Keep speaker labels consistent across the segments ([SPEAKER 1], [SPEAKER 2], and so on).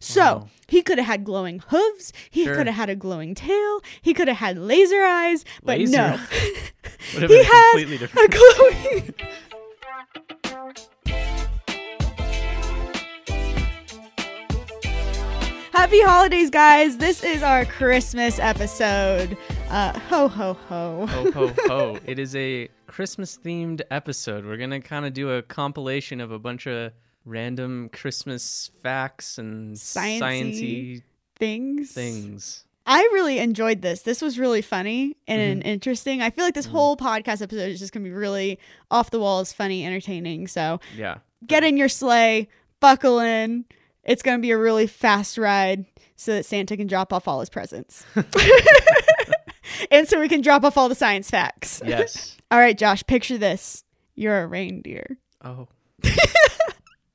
[SPEAKER 1] So he could have had glowing hooves. He
[SPEAKER 2] Sure.
[SPEAKER 1] could have had a glowing tail. He could have had laser eyes. But
[SPEAKER 2] Laser
[SPEAKER 1] no,
[SPEAKER 2] Would have
[SPEAKER 1] he
[SPEAKER 2] been
[SPEAKER 1] has
[SPEAKER 2] completely
[SPEAKER 1] a
[SPEAKER 2] different.
[SPEAKER 1] glowing. Happy holidays, guys! This is our Christmas episode. Uh, ho ho ho!
[SPEAKER 2] ho ho ho! Oh, It is a Christmas themed episode. We're gonna kind of do a compilation of a bunch of random Christmas facts and
[SPEAKER 1] Sciencey
[SPEAKER 2] sciencey
[SPEAKER 1] Things.
[SPEAKER 2] things.
[SPEAKER 1] I really enjoyed this. This was really funny and
[SPEAKER 2] Mm-hmm.
[SPEAKER 1] interesting. I feel like this whole podcast episode is just gonna be really off the walls, funny, entertaining. So
[SPEAKER 2] Yeah.
[SPEAKER 1] get in your sleigh, buckle in. It's going to be a really fast ride so that Santa can drop off all his presents. and so we can drop off all the science facts.
[SPEAKER 2] Yes.
[SPEAKER 1] All right, Josh, picture this. You're a reindeer.
[SPEAKER 2] Oh.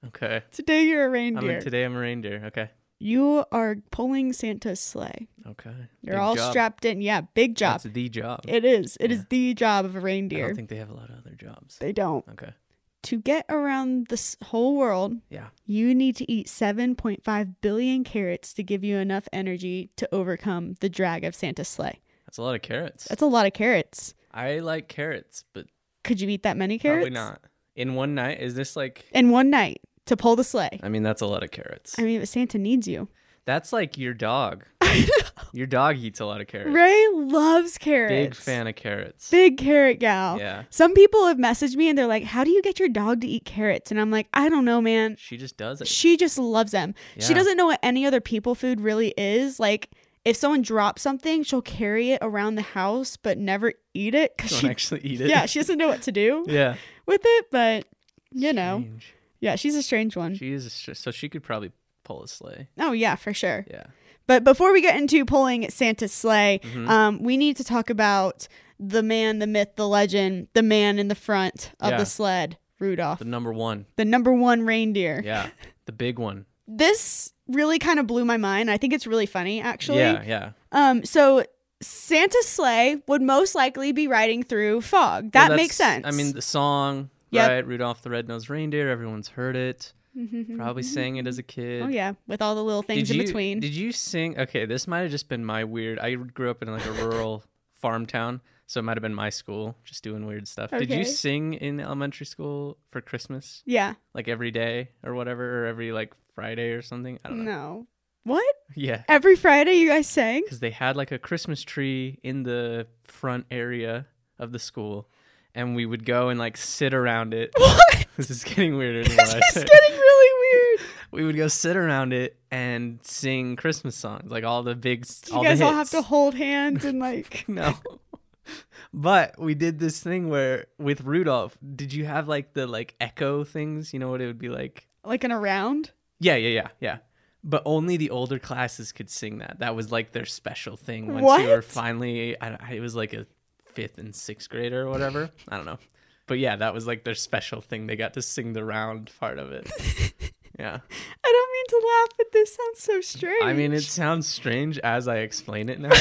[SPEAKER 2] okay.
[SPEAKER 1] Today you're a
[SPEAKER 2] I'm
[SPEAKER 1] reindeer.
[SPEAKER 2] a, today I'm a reindeer. Okay.
[SPEAKER 1] you are pulling Santa's sleigh.
[SPEAKER 2] Okay.
[SPEAKER 1] You're
[SPEAKER 2] Big
[SPEAKER 1] all
[SPEAKER 2] job.
[SPEAKER 1] strapped in. Yeah, big job.
[SPEAKER 2] That's the job.
[SPEAKER 1] It is. It is
[SPEAKER 2] Yeah.
[SPEAKER 1] the job of a
[SPEAKER 2] I
[SPEAKER 1] reindeer.
[SPEAKER 2] don't think they have a lot of other jobs.
[SPEAKER 1] they don't.
[SPEAKER 2] Okay.
[SPEAKER 1] To get around this whole world,
[SPEAKER 2] Yeah.
[SPEAKER 1] You need to eat 7.5 billion carrots to give you enough energy to overcome the drag of Santa's sleigh.
[SPEAKER 2] That's a lot of carrots.
[SPEAKER 1] That's a lot of carrots.
[SPEAKER 2] I like carrots, but
[SPEAKER 1] Could you eat that many carrots?
[SPEAKER 2] probably not. In one night, is this like?
[SPEAKER 1] In one night to pull the sleigh.
[SPEAKER 2] I mean, that's a lot of carrots.
[SPEAKER 1] I mean, but Santa needs you.
[SPEAKER 2] That's like your dog. your dog eats a lot of carrots.
[SPEAKER 1] Ray loves carrots.
[SPEAKER 2] Big fan of carrots.
[SPEAKER 1] Big carrot gal.
[SPEAKER 2] Yeah.
[SPEAKER 1] Some people have messaged me and they're like, How do you get your dog to eat carrots? And I'm like, I don't know, man.
[SPEAKER 2] She just does it.
[SPEAKER 1] She just loves them. She
[SPEAKER 2] Yeah.
[SPEAKER 1] doesn't know what any other people food really is. Like if someone drops something, she'll carry it around the house but never eat it
[SPEAKER 2] She
[SPEAKER 1] because
[SPEAKER 2] don't
[SPEAKER 1] she
[SPEAKER 2] actually eat it.
[SPEAKER 1] yeah she doesn't know what to do
[SPEAKER 2] yeah.
[SPEAKER 1] with it. But you know,
[SPEAKER 2] Strange.
[SPEAKER 1] yeah, she's a strange one.
[SPEAKER 2] She is a str- so she could probably pull a sleigh.
[SPEAKER 1] oh yeah, for sure.
[SPEAKER 2] Yeah.
[SPEAKER 1] But before we get into pulling Santa's sleigh,
[SPEAKER 2] Mhm.
[SPEAKER 1] um, we need to talk about the man, the myth, the legend, the man in the front of
[SPEAKER 2] Yeah.
[SPEAKER 1] the sled, Rudolph,
[SPEAKER 2] The number one.
[SPEAKER 1] the number one reindeer.
[SPEAKER 2] Yeah. The big one.
[SPEAKER 1] This really kind of blew my mind. I think it's really funny, actually.
[SPEAKER 2] Yeah. Yeah.
[SPEAKER 1] Um, so Santa's sleigh would most likely be riding through fog. That
[SPEAKER 2] Well,
[SPEAKER 1] makes
[SPEAKER 2] that's-
[SPEAKER 1] sense.
[SPEAKER 2] I mean, the song,
[SPEAKER 1] Yep.
[SPEAKER 2] right? Rudolph the Red-Nosed Reindeer. Everyone's heard it.
[SPEAKER 1] Mm-hmm.
[SPEAKER 2] Probably sang it as a kid.
[SPEAKER 1] oh yeah, with all the little things
[SPEAKER 2] did
[SPEAKER 1] in
[SPEAKER 2] you,
[SPEAKER 1] between.
[SPEAKER 2] Did you sing? Okay, this might have just been my weird. I grew up in like a rural farm town, so it might have been my school just doing weird stuff. Did
[SPEAKER 1] Okay.
[SPEAKER 2] you sing in elementary school for Christmas,
[SPEAKER 1] yeah,
[SPEAKER 2] like every day or whatever, or every like Friday or something? I don't know.
[SPEAKER 1] no. What?
[SPEAKER 2] Yeah,
[SPEAKER 1] Every Friday you guys sang?
[SPEAKER 2] because they had like a Christmas tree in the front area of the school, and we would go and like sit around it.
[SPEAKER 1] What?
[SPEAKER 2] This is getting weirder than
[SPEAKER 1] this
[SPEAKER 2] what I
[SPEAKER 1] is
[SPEAKER 2] said.
[SPEAKER 1] getting really weird.
[SPEAKER 2] We would go sit around it and sing Christmas songs, like all the big.
[SPEAKER 1] You
[SPEAKER 2] all
[SPEAKER 1] guys
[SPEAKER 2] the
[SPEAKER 1] all have
[SPEAKER 2] hits.
[SPEAKER 1] to hold hands and like
[SPEAKER 2] No. But we did this thing where with Rudolph, did you have like the like echo things? You know what it would be like?
[SPEAKER 1] like an around.
[SPEAKER 2] Yeah, yeah, yeah, yeah. But only the older classes could sing that. That was like their special thing. Once you were
[SPEAKER 1] What?
[SPEAKER 2] finally, I, don't- it was like a fifth and sixth grader or whatever. I don't know. But yeah, that was like their special thing. They got to sing the round part of it. yeah.
[SPEAKER 1] I don't mean to laugh, but this sounds so strange.
[SPEAKER 2] I mean, it sounds strange as I explain it now.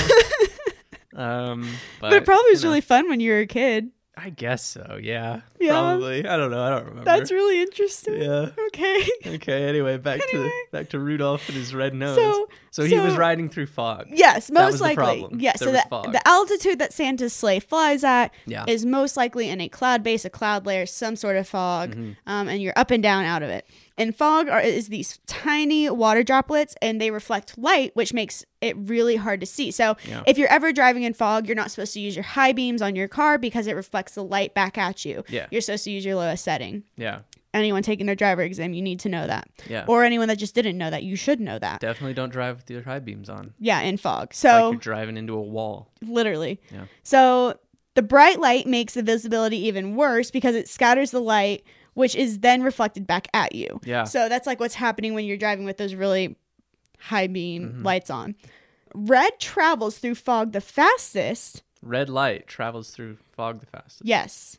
[SPEAKER 2] um, but,
[SPEAKER 1] but it probably was
[SPEAKER 2] you know.
[SPEAKER 1] really fun when you were a kid.
[SPEAKER 2] I guess so. Yeah.
[SPEAKER 1] Yeah.
[SPEAKER 2] Probably. I don't know. I don't remember.
[SPEAKER 1] That's really interesting.
[SPEAKER 2] Yeah.
[SPEAKER 1] Okay.
[SPEAKER 2] Okay. Anyway, back to
[SPEAKER 1] Anyway.
[SPEAKER 2] back to Rudolph and his red nose.
[SPEAKER 1] So-
[SPEAKER 2] So, he was
[SPEAKER 1] so-
[SPEAKER 2] riding through fog.
[SPEAKER 1] Yes,
[SPEAKER 2] That
[SPEAKER 1] most
[SPEAKER 2] was the
[SPEAKER 1] likely.
[SPEAKER 2] problem.
[SPEAKER 1] Yes,
[SPEAKER 2] There
[SPEAKER 1] so
[SPEAKER 2] was
[SPEAKER 1] the,
[SPEAKER 2] fog.
[SPEAKER 1] the altitude that Santa's sleigh flies at
[SPEAKER 2] Yeah.
[SPEAKER 1] is most likely in a cloud base, a cloud layer, some sort of fog,
[SPEAKER 2] Mm-hmm.
[SPEAKER 1] um, and you're up and down out of it. And fog are, is these tiny water droplets, and they reflect light, which makes it really hard to see. So
[SPEAKER 2] Yeah.
[SPEAKER 1] if you're ever driving in fog, you're not supposed to use your high beams on your car because it reflects the light back at you.
[SPEAKER 2] Yeah.
[SPEAKER 1] You're supposed to use your lowest setting.
[SPEAKER 2] Yeah.
[SPEAKER 1] Anyone taking their driver exam, you need to know that.
[SPEAKER 2] Yeah.
[SPEAKER 1] Or anyone that just didn't know that, you should know that.
[SPEAKER 2] Definitely don't drive with your high beams on.
[SPEAKER 1] yeah, in fog.
[SPEAKER 2] Like
[SPEAKER 1] So
[SPEAKER 2] you're driving into a wall.
[SPEAKER 1] literally.
[SPEAKER 2] Yeah.
[SPEAKER 1] So the bright light makes the visibility even worse because it scatters the light, which is then reflected back at you.
[SPEAKER 2] Yeah.
[SPEAKER 1] So that's like what's happening when you're driving with those really high beam
[SPEAKER 2] Mm-hmm.
[SPEAKER 1] lights on. Red travels through fog the fastest.
[SPEAKER 2] Red light travels through fog the fastest.
[SPEAKER 1] Yes.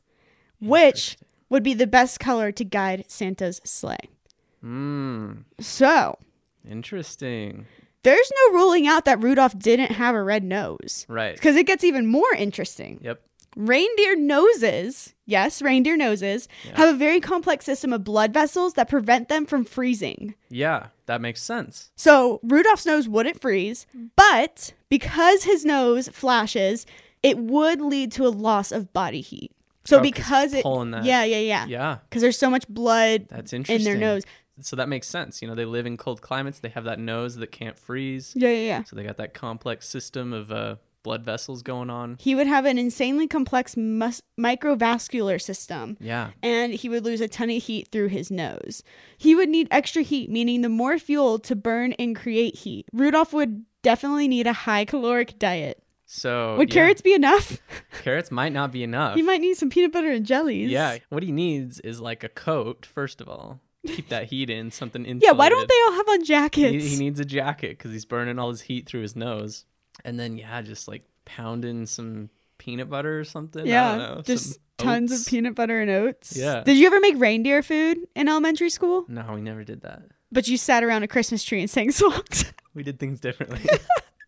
[SPEAKER 1] Which would be the best color to guide Santa's sleigh.
[SPEAKER 2] Mmm.
[SPEAKER 1] So,
[SPEAKER 2] Interesting.
[SPEAKER 1] there's no ruling out that Rudolph didn't have a red nose.
[SPEAKER 2] Right.
[SPEAKER 1] Because it gets even more interesting.
[SPEAKER 2] Yep.
[SPEAKER 1] Reindeer noses, yes, reindeer noses, have a very complex system of blood vessels that prevent them from freezing.
[SPEAKER 2] Yeah, that makes sense.
[SPEAKER 1] So Rudolph's nose wouldn't freeze, but because his nose flashes, it would lead to a loss of body heat. So
[SPEAKER 2] Oh, 'cause it's
[SPEAKER 1] because it,
[SPEAKER 2] pulling that-
[SPEAKER 1] yeah, yeah, yeah,
[SPEAKER 2] Yeah,
[SPEAKER 1] because there's so much blood
[SPEAKER 2] that's
[SPEAKER 1] in
[SPEAKER 2] interesting.
[SPEAKER 1] their nose.
[SPEAKER 2] So that makes sense. You know, they live in cold climates. They have that nose that can't freeze.
[SPEAKER 1] Yeah, yeah, yeah.
[SPEAKER 2] So they got that complex system of uh, blood vessels going on.
[SPEAKER 1] He would have an insanely complex mus- microvascular system.
[SPEAKER 2] Yeah.
[SPEAKER 1] and he would lose a ton of heat through his nose. He would need extra heat, meaning the more fuel to burn and create heat. Rudolph would definitely need a high caloric diet.
[SPEAKER 2] So
[SPEAKER 1] Would
[SPEAKER 2] Oh, yeah,
[SPEAKER 1] carrots be enough?
[SPEAKER 2] Carrots might not be enough.
[SPEAKER 1] he might need some peanut butter and jellies.
[SPEAKER 2] Yeah. What he needs is like a coat, first of all. Keep that heat in, something insulated.
[SPEAKER 1] Yeah, why don't they all have on jackets?
[SPEAKER 2] He, he needs a jacket because he's burning all his heat through his nose. And then, yeah, just like pounding some peanut butter or something.
[SPEAKER 1] yeah,
[SPEAKER 2] I don't know,
[SPEAKER 1] just
[SPEAKER 2] some
[SPEAKER 1] tons
[SPEAKER 2] oats.
[SPEAKER 1] of peanut butter and oats.
[SPEAKER 2] Yeah.
[SPEAKER 1] Did you ever make reindeer food in elementary school?
[SPEAKER 2] No, we never did that.
[SPEAKER 1] But you sat around a Christmas tree and sang songs.
[SPEAKER 2] We did things differently.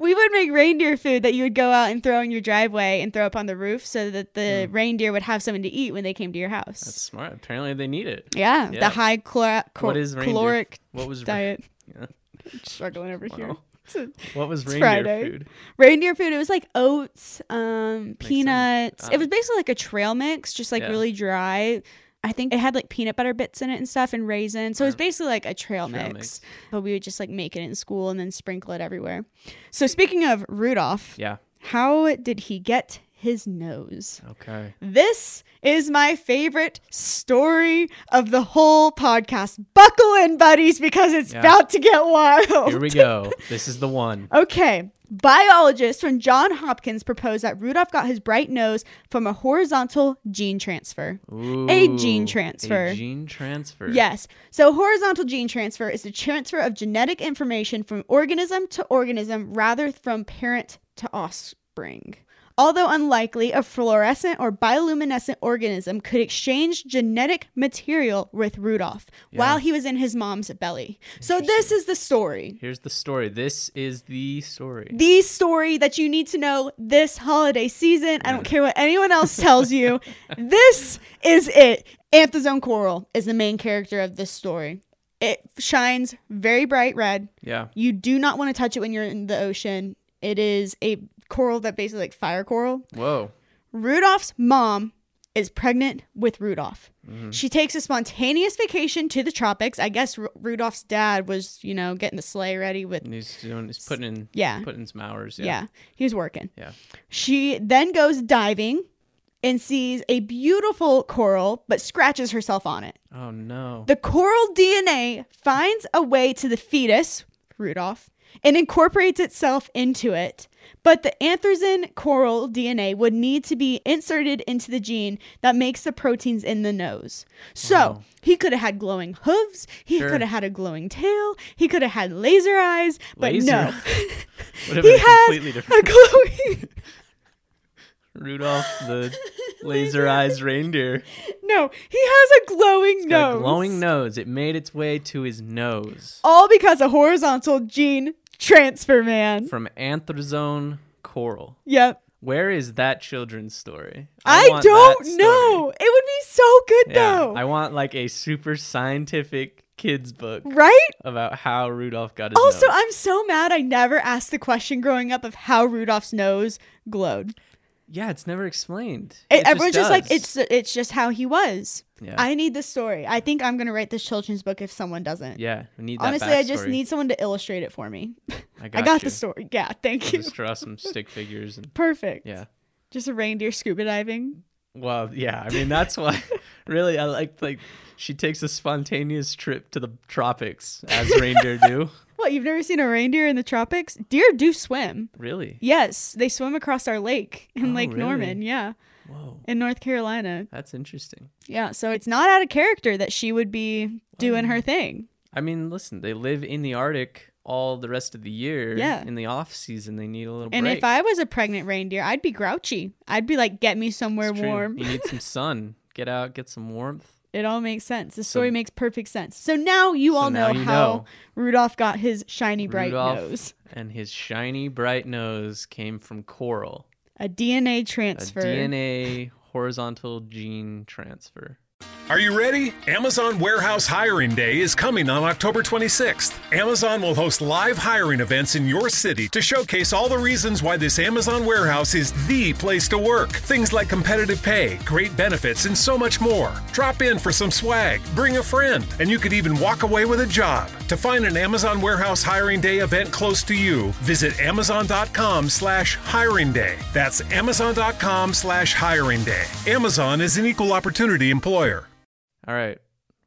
[SPEAKER 1] we would make reindeer food that you would go out and throw in your driveway and throw up on the roof so that the reindeer would have something to eat when they came to your house.
[SPEAKER 2] Hmm. That's smart. Apparently, they need it.
[SPEAKER 1] yeah,
[SPEAKER 2] yeah.
[SPEAKER 1] the high chlor- cor-
[SPEAKER 2] What is reindeer?
[SPEAKER 1] caloric
[SPEAKER 2] What was rein-
[SPEAKER 1] diet.
[SPEAKER 2] Yeah.
[SPEAKER 1] I'm struggling over here. So,
[SPEAKER 2] What was reindeer
[SPEAKER 1] Friday.
[SPEAKER 2] food?
[SPEAKER 1] reindeer food. It was like oats, um, peanuts.
[SPEAKER 2] Ah.
[SPEAKER 1] It was basically like a trail mix, just like
[SPEAKER 2] Yeah.
[SPEAKER 1] really dry. I think it had like peanut butter bits in it and stuff and raisins. So it was basically like a trail,
[SPEAKER 2] Trail
[SPEAKER 1] mix.
[SPEAKER 2] mix.
[SPEAKER 1] But we would just like make it in school and then sprinkle it everywhere. So speaking of Rudolph,
[SPEAKER 2] Yeah.
[SPEAKER 1] How did he get his nose?
[SPEAKER 2] Okay.
[SPEAKER 1] This is my favorite story of the whole podcast. Buckle in, buddies, because it's
[SPEAKER 2] Yeah.
[SPEAKER 1] about to get wild.
[SPEAKER 2] Here we go. This is the one.
[SPEAKER 1] Okay. Biologists from John Hopkins proposed that Rudolph got his bright nose from a horizontal gene transfer.
[SPEAKER 2] Ooh,
[SPEAKER 1] gene transfer.
[SPEAKER 2] A gene transfer.
[SPEAKER 1] Yes. So horizontal gene transfer is the transfer of genetic information from organism to organism rather from parent to offspring. Although unlikely, a fluorescent or bioluminescent organism could exchange genetic material with Rudolph while he was in his mom's belly. So this is the story.
[SPEAKER 2] Here's the story. This is the story.
[SPEAKER 1] The story that you need to know this holiday season. I don't care what anyone else tells you. this is it. Anthozone Coral is the main character of this story. It shines very bright red.
[SPEAKER 2] Yeah.
[SPEAKER 1] You do not want to touch it when you're in the ocean. It is a coral that basically like fire coral.
[SPEAKER 2] Whoa.
[SPEAKER 1] Rudolph's mom is pregnant with Rudolph. She takes a spontaneous vacation to the tropics. I guess Ru- Rudolph's dad was, you know, getting the sleigh ready with
[SPEAKER 2] And he's doing. He's putting in.
[SPEAKER 1] Yeah.
[SPEAKER 2] Putting in some hours.
[SPEAKER 1] yeah. he was working.
[SPEAKER 2] Yeah.
[SPEAKER 1] She then goes diving and sees a beautiful coral, but scratches herself on it.
[SPEAKER 2] Oh no.
[SPEAKER 1] The coral DNA finds a way to the fetus, Rudolph, and incorporates itself into it. But the anthracene coral DNA would need to be inserted into the gene that makes the proteins in the nose. So he could have had glowing hooves, he
[SPEAKER 2] Sure.
[SPEAKER 1] could have had a glowing tail, he could have had laser eyes, but
[SPEAKER 2] Laser
[SPEAKER 1] no.
[SPEAKER 2] Would have
[SPEAKER 1] he
[SPEAKER 2] been completely
[SPEAKER 1] has a
[SPEAKER 2] different.
[SPEAKER 1] glowing
[SPEAKER 2] Rudolph the laser eyes reindeer.
[SPEAKER 1] No, he has a glowing
[SPEAKER 2] Got
[SPEAKER 1] nose.
[SPEAKER 2] a glowing nose. It made its way to his nose
[SPEAKER 1] All because of horizontal gene transfer, man.
[SPEAKER 2] from anthrozone coral.
[SPEAKER 1] Yep.
[SPEAKER 2] Where is that children's story?
[SPEAKER 1] I,
[SPEAKER 2] want that
[SPEAKER 1] don't
[SPEAKER 2] story.
[SPEAKER 1] know. It would be so good
[SPEAKER 2] Yeah,
[SPEAKER 1] though.
[SPEAKER 2] I want like a super scientific kids book
[SPEAKER 1] right?
[SPEAKER 2] about how Rudolph got his
[SPEAKER 1] Also,
[SPEAKER 2] nose.
[SPEAKER 1] I'm so mad I never asked the question growing up of how Rudolph's nose glowed.
[SPEAKER 2] Yeah, it's never explained.
[SPEAKER 1] It,
[SPEAKER 2] It
[SPEAKER 1] everyone's just, like it's
[SPEAKER 2] does.
[SPEAKER 1] it's just how he was.
[SPEAKER 2] Yeah.
[SPEAKER 1] I need this story. I think I'm gonna write this children's book if someone doesn't.
[SPEAKER 2] Yeah, we need that
[SPEAKER 1] Honestly, I just
[SPEAKER 2] backstory.
[SPEAKER 1] need someone to illustrate it for me.
[SPEAKER 2] I
[SPEAKER 1] I got the
[SPEAKER 2] you.
[SPEAKER 1] story. Yeah, thank you.
[SPEAKER 2] Just draw some stick figures and
[SPEAKER 1] Perfect.
[SPEAKER 2] yeah.
[SPEAKER 1] Just a reindeer scuba diving.
[SPEAKER 2] Well, yeah. I mean, that's why. really, I like like she takes a spontaneous trip to the tropics as reindeer do.
[SPEAKER 1] What, you've never seen a reindeer in the tropics? Deer do swim.
[SPEAKER 2] Really?
[SPEAKER 1] Yes, they swim across our lake in
[SPEAKER 2] Oh,
[SPEAKER 1] Lake
[SPEAKER 2] really?
[SPEAKER 1] Norman, yeah,
[SPEAKER 2] Whoa,
[SPEAKER 1] in North Carolina.
[SPEAKER 2] that's interesting.
[SPEAKER 1] Yeah, so it's not out of character that she would be doing her thing.
[SPEAKER 2] I mean, listen, they live in the Arctic all the rest of the year.
[SPEAKER 1] Yeah.
[SPEAKER 2] In the off season, they need a little
[SPEAKER 1] And
[SPEAKER 2] break.
[SPEAKER 1] if I was a pregnant reindeer, I'd be grouchy. I'd be like, get me somewhere
[SPEAKER 2] It's true.
[SPEAKER 1] warm.
[SPEAKER 2] You need some sun. Get out, get some warmth.
[SPEAKER 1] It all makes sense. The story makes perfect sense. So now you all
[SPEAKER 2] now
[SPEAKER 1] know
[SPEAKER 2] you
[SPEAKER 1] how
[SPEAKER 2] know.
[SPEAKER 1] Rudolph got his shiny bright
[SPEAKER 2] Rudolph
[SPEAKER 1] nose.
[SPEAKER 2] and his shiny bright nose came from coral,
[SPEAKER 1] A DNA
[SPEAKER 2] a
[SPEAKER 1] transfer.
[SPEAKER 2] DNA horizontal gene transfer.
[SPEAKER 3] Are you ready? Amazon Warehouse Hiring Day is coming on October 26th. Amazon will host live hiring events in your city to showcase all the reasons why this Amazon warehouse is the place to work. Things like competitive pay, great benefits, and so much more. Drop in for some swag, bring a friend, and you could even walk away with a job. To find an Amazon Warehouse Hiring Day event close to you, visit amazon.com slash hiring day. That's amazon.com slash hiring day. Amazon is an equal opportunity employer.
[SPEAKER 2] All right,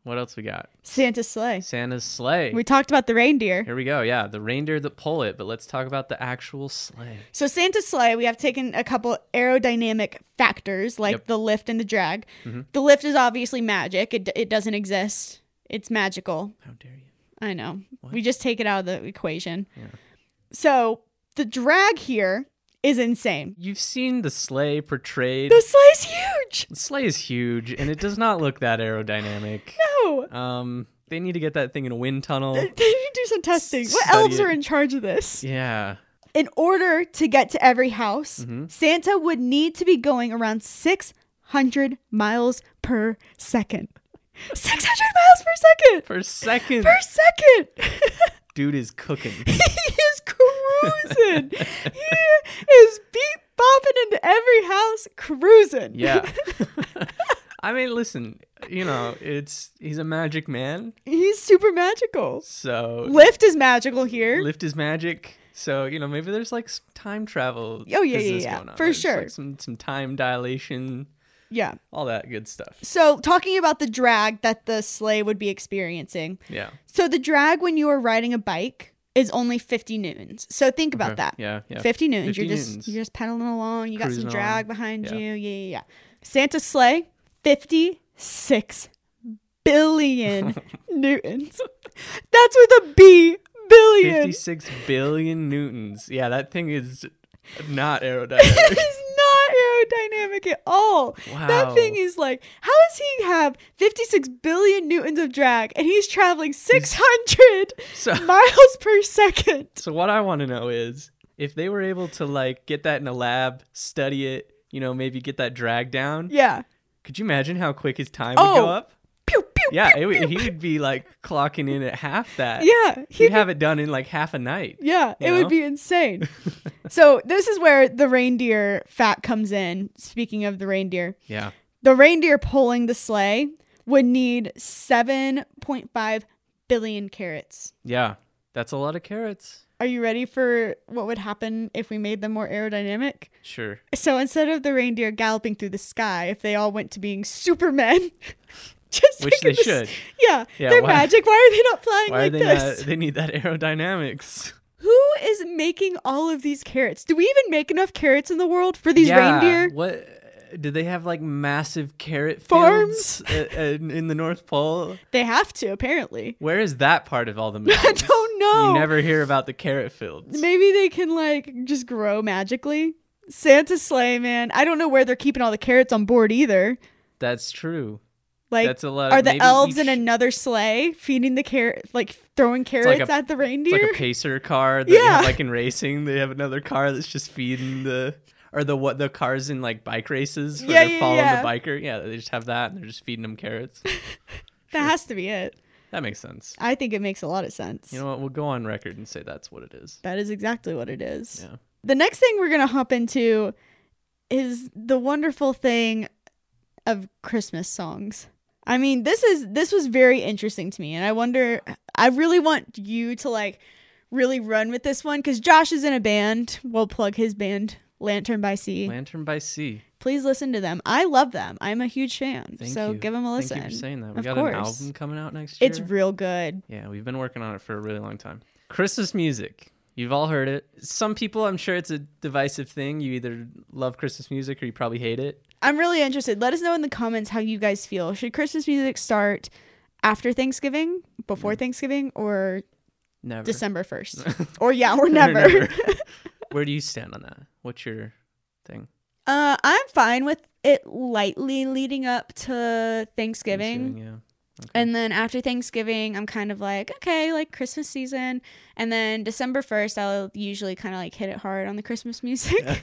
[SPEAKER 2] what else we got?
[SPEAKER 1] Santa sleigh.
[SPEAKER 2] Santa's sleigh.
[SPEAKER 1] We talked about the reindeer.
[SPEAKER 2] Here we go. Yeah, the reindeer that pull it, but let's talk about the actual sleigh.
[SPEAKER 1] So Santa's sleigh, we have taken a couple aerodynamic factors like
[SPEAKER 2] Yep. Mm-hmm.
[SPEAKER 1] the lift and the drag. The lift is obviously magic. It, it doesn't exist. It's magical.
[SPEAKER 2] How dare you?
[SPEAKER 1] I know. We just take it out of the equation. So the drag here is insane.
[SPEAKER 2] You've seen the sleigh portrayed.
[SPEAKER 1] The sleigh's huge.
[SPEAKER 2] the sleigh is huge, and it does not look that aerodynamic.
[SPEAKER 1] No.
[SPEAKER 2] Um, they need to get that thing in a wind tunnel.
[SPEAKER 1] Oh, They need to do some testing. What
[SPEAKER 2] Study
[SPEAKER 1] elves
[SPEAKER 2] it.
[SPEAKER 1] are in charge of this?
[SPEAKER 2] Yeah,
[SPEAKER 1] In order to get to every house, Santa would need to be going around 600 miles per second. 600 miles per second!
[SPEAKER 2] for a second,
[SPEAKER 1] Per second!
[SPEAKER 2] dude is cooking.
[SPEAKER 1] he is cruising! he is beat bopping into every house, cruising.
[SPEAKER 2] Yeah. I mean, listen, you know, it's he's a magic man,
[SPEAKER 1] He's super magical.
[SPEAKER 2] so
[SPEAKER 1] Lift is magical here.
[SPEAKER 2] lift is magic. So you know, maybe there's like some time travel.
[SPEAKER 1] Oh, yeah, yeah,
[SPEAKER 2] business
[SPEAKER 1] yeah,
[SPEAKER 2] going on.
[SPEAKER 1] for
[SPEAKER 2] There's, like,
[SPEAKER 1] sure.
[SPEAKER 2] some some time dilation,
[SPEAKER 1] Yeah.
[SPEAKER 2] all that good stuff.
[SPEAKER 1] So, talking about the drag that the sleigh would be experiencing.
[SPEAKER 2] Yeah.
[SPEAKER 1] So, the drag when you are riding a bike is only 50 newtons. So, think about
[SPEAKER 2] Okay.
[SPEAKER 1] that.
[SPEAKER 2] Yeah, yeah.
[SPEAKER 1] 50 newtons.
[SPEAKER 2] 50
[SPEAKER 1] you're just
[SPEAKER 2] newtons.
[SPEAKER 1] you're just pedaling along. You got
[SPEAKER 2] Cruising
[SPEAKER 1] some drag
[SPEAKER 2] along.
[SPEAKER 1] behind
[SPEAKER 2] Yeah.
[SPEAKER 1] you. Yeah, yeah, yeah. Santa sleigh 56 billion newtons. That's with a B. Billion.
[SPEAKER 2] 56 billion newtons. Yeah, that thing is not aerodynamic.
[SPEAKER 1] He's not aerodynamic at all. That thing
[SPEAKER 2] Wow.
[SPEAKER 1] is like, how does he have 56 billion newtons of drag and he's traveling 600
[SPEAKER 2] So-
[SPEAKER 1] miles per second?
[SPEAKER 2] so what I want to know is if they were able to like get that in a lab, study it, you know, maybe get that drag down.
[SPEAKER 1] Yeah.
[SPEAKER 2] Could you imagine how quick his time would
[SPEAKER 1] Oh.
[SPEAKER 2] go up?
[SPEAKER 1] Pew, pew,
[SPEAKER 2] Yeah,
[SPEAKER 1] pew,
[SPEAKER 2] it, would-
[SPEAKER 1] pew.
[SPEAKER 2] he would be like clocking in at half that.
[SPEAKER 1] Yeah,
[SPEAKER 2] he'd,
[SPEAKER 1] he'd be-
[SPEAKER 2] have it done in like half a night.
[SPEAKER 1] Yeah,
[SPEAKER 2] You
[SPEAKER 1] it
[SPEAKER 2] know?
[SPEAKER 1] would be insane. so, this is where the reindeer fat comes in. Speaking of the reindeer,
[SPEAKER 2] Yeah,
[SPEAKER 1] the reindeer pulling the sleigh would need 7.5 billion carrots.
[SPEAKER 2] yeah, that's a lot of carrots.
[SPEAKER 1] Are you ready for what would happen if we made them more aerodynamic?
[SPEAKER 2] Sure.
[SPEAKER 1] So instead of the reindeer galloping through the sky, if they all went to being supermen, just
[SPEAKER 2] Which
[SPEAKER 1] think of
[SPEAKER 2] they
[SPEAKER 1] this-
[SPEAKER 2] should.
[SPEAKER 1] Yeah,
[SPEAKER 2] Yeah,
[SPEAKER 1] they're
[SPEAKER 2] why-
[SPEAKER 1] magic. Why are they not flying
[SPEAKER 2] Why
[SPEAKER 1] like
[SPEAKER 2] are they
[SPEAKER 1] this?
[SPEAKER 2] not? They need that aerodynamics.
[SPEAKER 1] Who is making all of these carrots? Do we even make enough carrots in the world for these reindeer?
[SPEAKER 2] What? Do they have like massive carrot
[SPEAKER 1] Farms?
[SPEAKER 2] farms in, in the North Pole?
[SPEAKER 1] They have to apparently.
[SPEAKER 2] Where is that part of all the? Mountains?
[SPEAKER 1] I don't know.
[SPEAKER 2] You never hear about the carrot fields.
[SPEAKER 1] Maybe they can like just grow magically. Santa's sleigh, man. I don't know where they're keeping all the carrots on board either.
[SPEAKER 2] That's true.
[SPEAKER 1] Like,
[SPEAKER 2] That's a lot of-
[SPEAKER 1] are the
[SPEAKER 2] maybe
[SPEAKER 1] elves in
[SPEAKER 2] each-
[SPEAKER 1] another sleigh feeding the carrot, like throwing
[SPEAKER 2] like
[SPEAKER 1] carrots
[SPEAKER 2] a-
[SPEAKER 1] at the
[SPEAKER 2] It's
[SPEAKER 1] reindeer?
[SPEAKER 2] like a pacer car that you have,
[SPEAKER 1] Yeah.
[SPEAKER 2] like in racing. They have another car that's just feeding the or the what the cars in like bike races where
[SPEAKER 1] Yeah,
[SPEAKER 2] they're
[SPEAKER 1] yeah,
[SPEAKER 2] following
[SPEAKER 1] yeah.
[SPEAKER 2] the biker. Yeah, they just have that and they're just feeding them carrots.
[SPEAKER 1] that has to be it.
[SPEAKER 2] that makes sense.
[SPEAKER 1] I think it makes a lot of sense.
[SPEAKER 2] You know what? We'll go on record and say that's what it is.
[SPEAKER 1] that is exactly what it is.
[SPEAKER 2] Yeah.
[SPEAKER 1] The next thing we're going to hop into is the wonderful thing of Christmas songs. I mean, this is this was very interesting to me and I wonder I really want you to like really run with this one cuz Josh is in a band. We'll plug his band Lantern by Sea.
[SPEAKER 2] Lantern by Sea.
[SPEAKER 1] Please listen to them. I love them. I'm a huge fan.
[SPEAKER 2] Thank
[SPEAKER 1] so
[SPEAKER 2] you.
[SPEAKER 1] give them a listen.
[SPEAKER 2] Thank you for saying that. We
[SPEAKER 1] of
[SPEAKER 2] got
[SPEAKER 1] course.
[SPEAKER 2] an album coming out next year.
[SPEAKER 1] It's real good.
[SPEAKER 2] yeah, we've been working on it for a really long time. Christmas music. You've all heard it. Some people, I'm sure it's a divisive thing. You either love Christmas music or you probably hate it.
[SPEAKER 1] I'm really interested. Let us know in the comments how you guys feel. Should Christmas music start after Thanksgiving, before Thanksgiving, or
[SPEAKER 2] Never.
[SPEAKER 1] December 1st. or yeah, or
[SPEAKER 2] Or
[SPEAKER 1] never.
[SPEAKER 2] Where do you stand on that? What's your thing?
[SPEAKER 1] uh, I'm fine with it lightly leading up to Thanksgiving.
[SPEAKER 2] Thanksgiving, yeah.
[SPEAKER 1] And then after Thanksgiving, I'm kind of like, okay, like Christmas season. And then December 1st, I'll usually kind of like hit it hard on the Christmas music.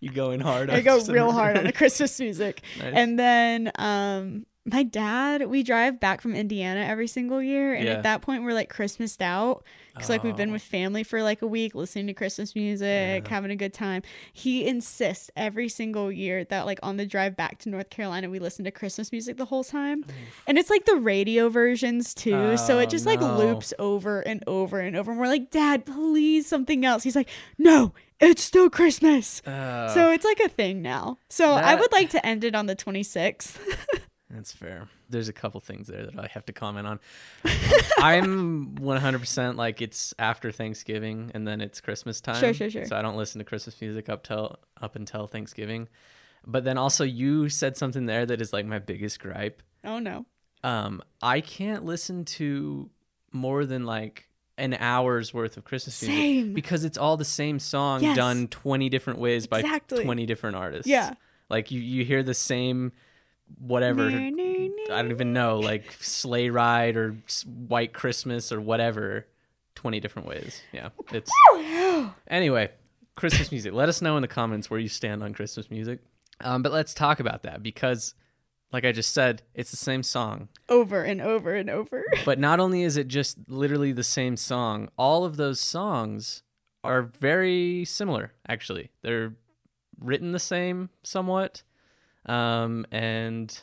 [SPEAKER 2] You going hard?
[SPEAKER 1] I
[SPEAKER 2] on
[SPEAKER 1] go
[SPEAKER 2] December.
[SPEAKER 1] real hard on the Christmas music.
[SPEAKER 2] Nice.
[SPEAKER 1] And then um my dad, we drive back from Indiana every single year, and
[SPEAKER 2] Yeah. Oh.
[SPEAKER 1] at that point we're like Christmased out because like we've been with family for like a week, listening to Christmas music, having a good time. He insists every single year that like on the drive back to North Carolina we listen to Christmas music the whole time, and it's like the radio versions too, so
[SPEAKER 2] Oh,
[SPEAKER 1] it just like
[SPEAKER 2] no.
[SPEAKER 1] loops over and over and over. And we're like, Dad, please something else. He's like, No, it's still Christmas.
[SPEAKER 2] Uh,
[SPEAKER 1] So it's like a thing now. So I
[SPEAKER 2] That-
[SPEAKER 1] would like to end it on the 26th.
[SPEAKER 2] That's fair. There's a couple things there that I have to comment on. I'm 100% like it's after Thanksgiving and then it's Christmas time.
[SPEAKER 1] Sure, sure, sure.
[SPEAKER 2] So I don't listen to Christmas music up till up until Thanksgiving. But then also you said something there that is like my biggest gripe.
[SPEAKER 1] oh no.
[SPEAKER 2] Um I can't listen to more than like an hour's worth of Christmas music
[SPEAKER 1] Same.
[SPEAKER 2] because it's all the same song
[SPEAKER 1] Yes.
[SPEAKER 2] done 20 different ways by
[SPEAKER 1] Exactly.
[SPEAKER 2] 20 different artists.
[SPEAKER 1] Yeah.
[SPEAKER 2] Like you you hear the same whatever
[SPEAKER 1] Nah, nah, nah.
[SPEAKER 2] I don't even know, like sleigh ride or s- white Christmas or whatever, twenty different ways. Yeah, it's anyway. Christmas music. Let us know in the comments where you stand on Christmas music. Um, but let's talk about that because, like I just said, it's the same song.
[SPEAKER 1] Over and over and over.
[SPEAKER 2] But not only is it just literally the same song, all of those songs are very similar. Actually, they're written the same somewhat. Um, and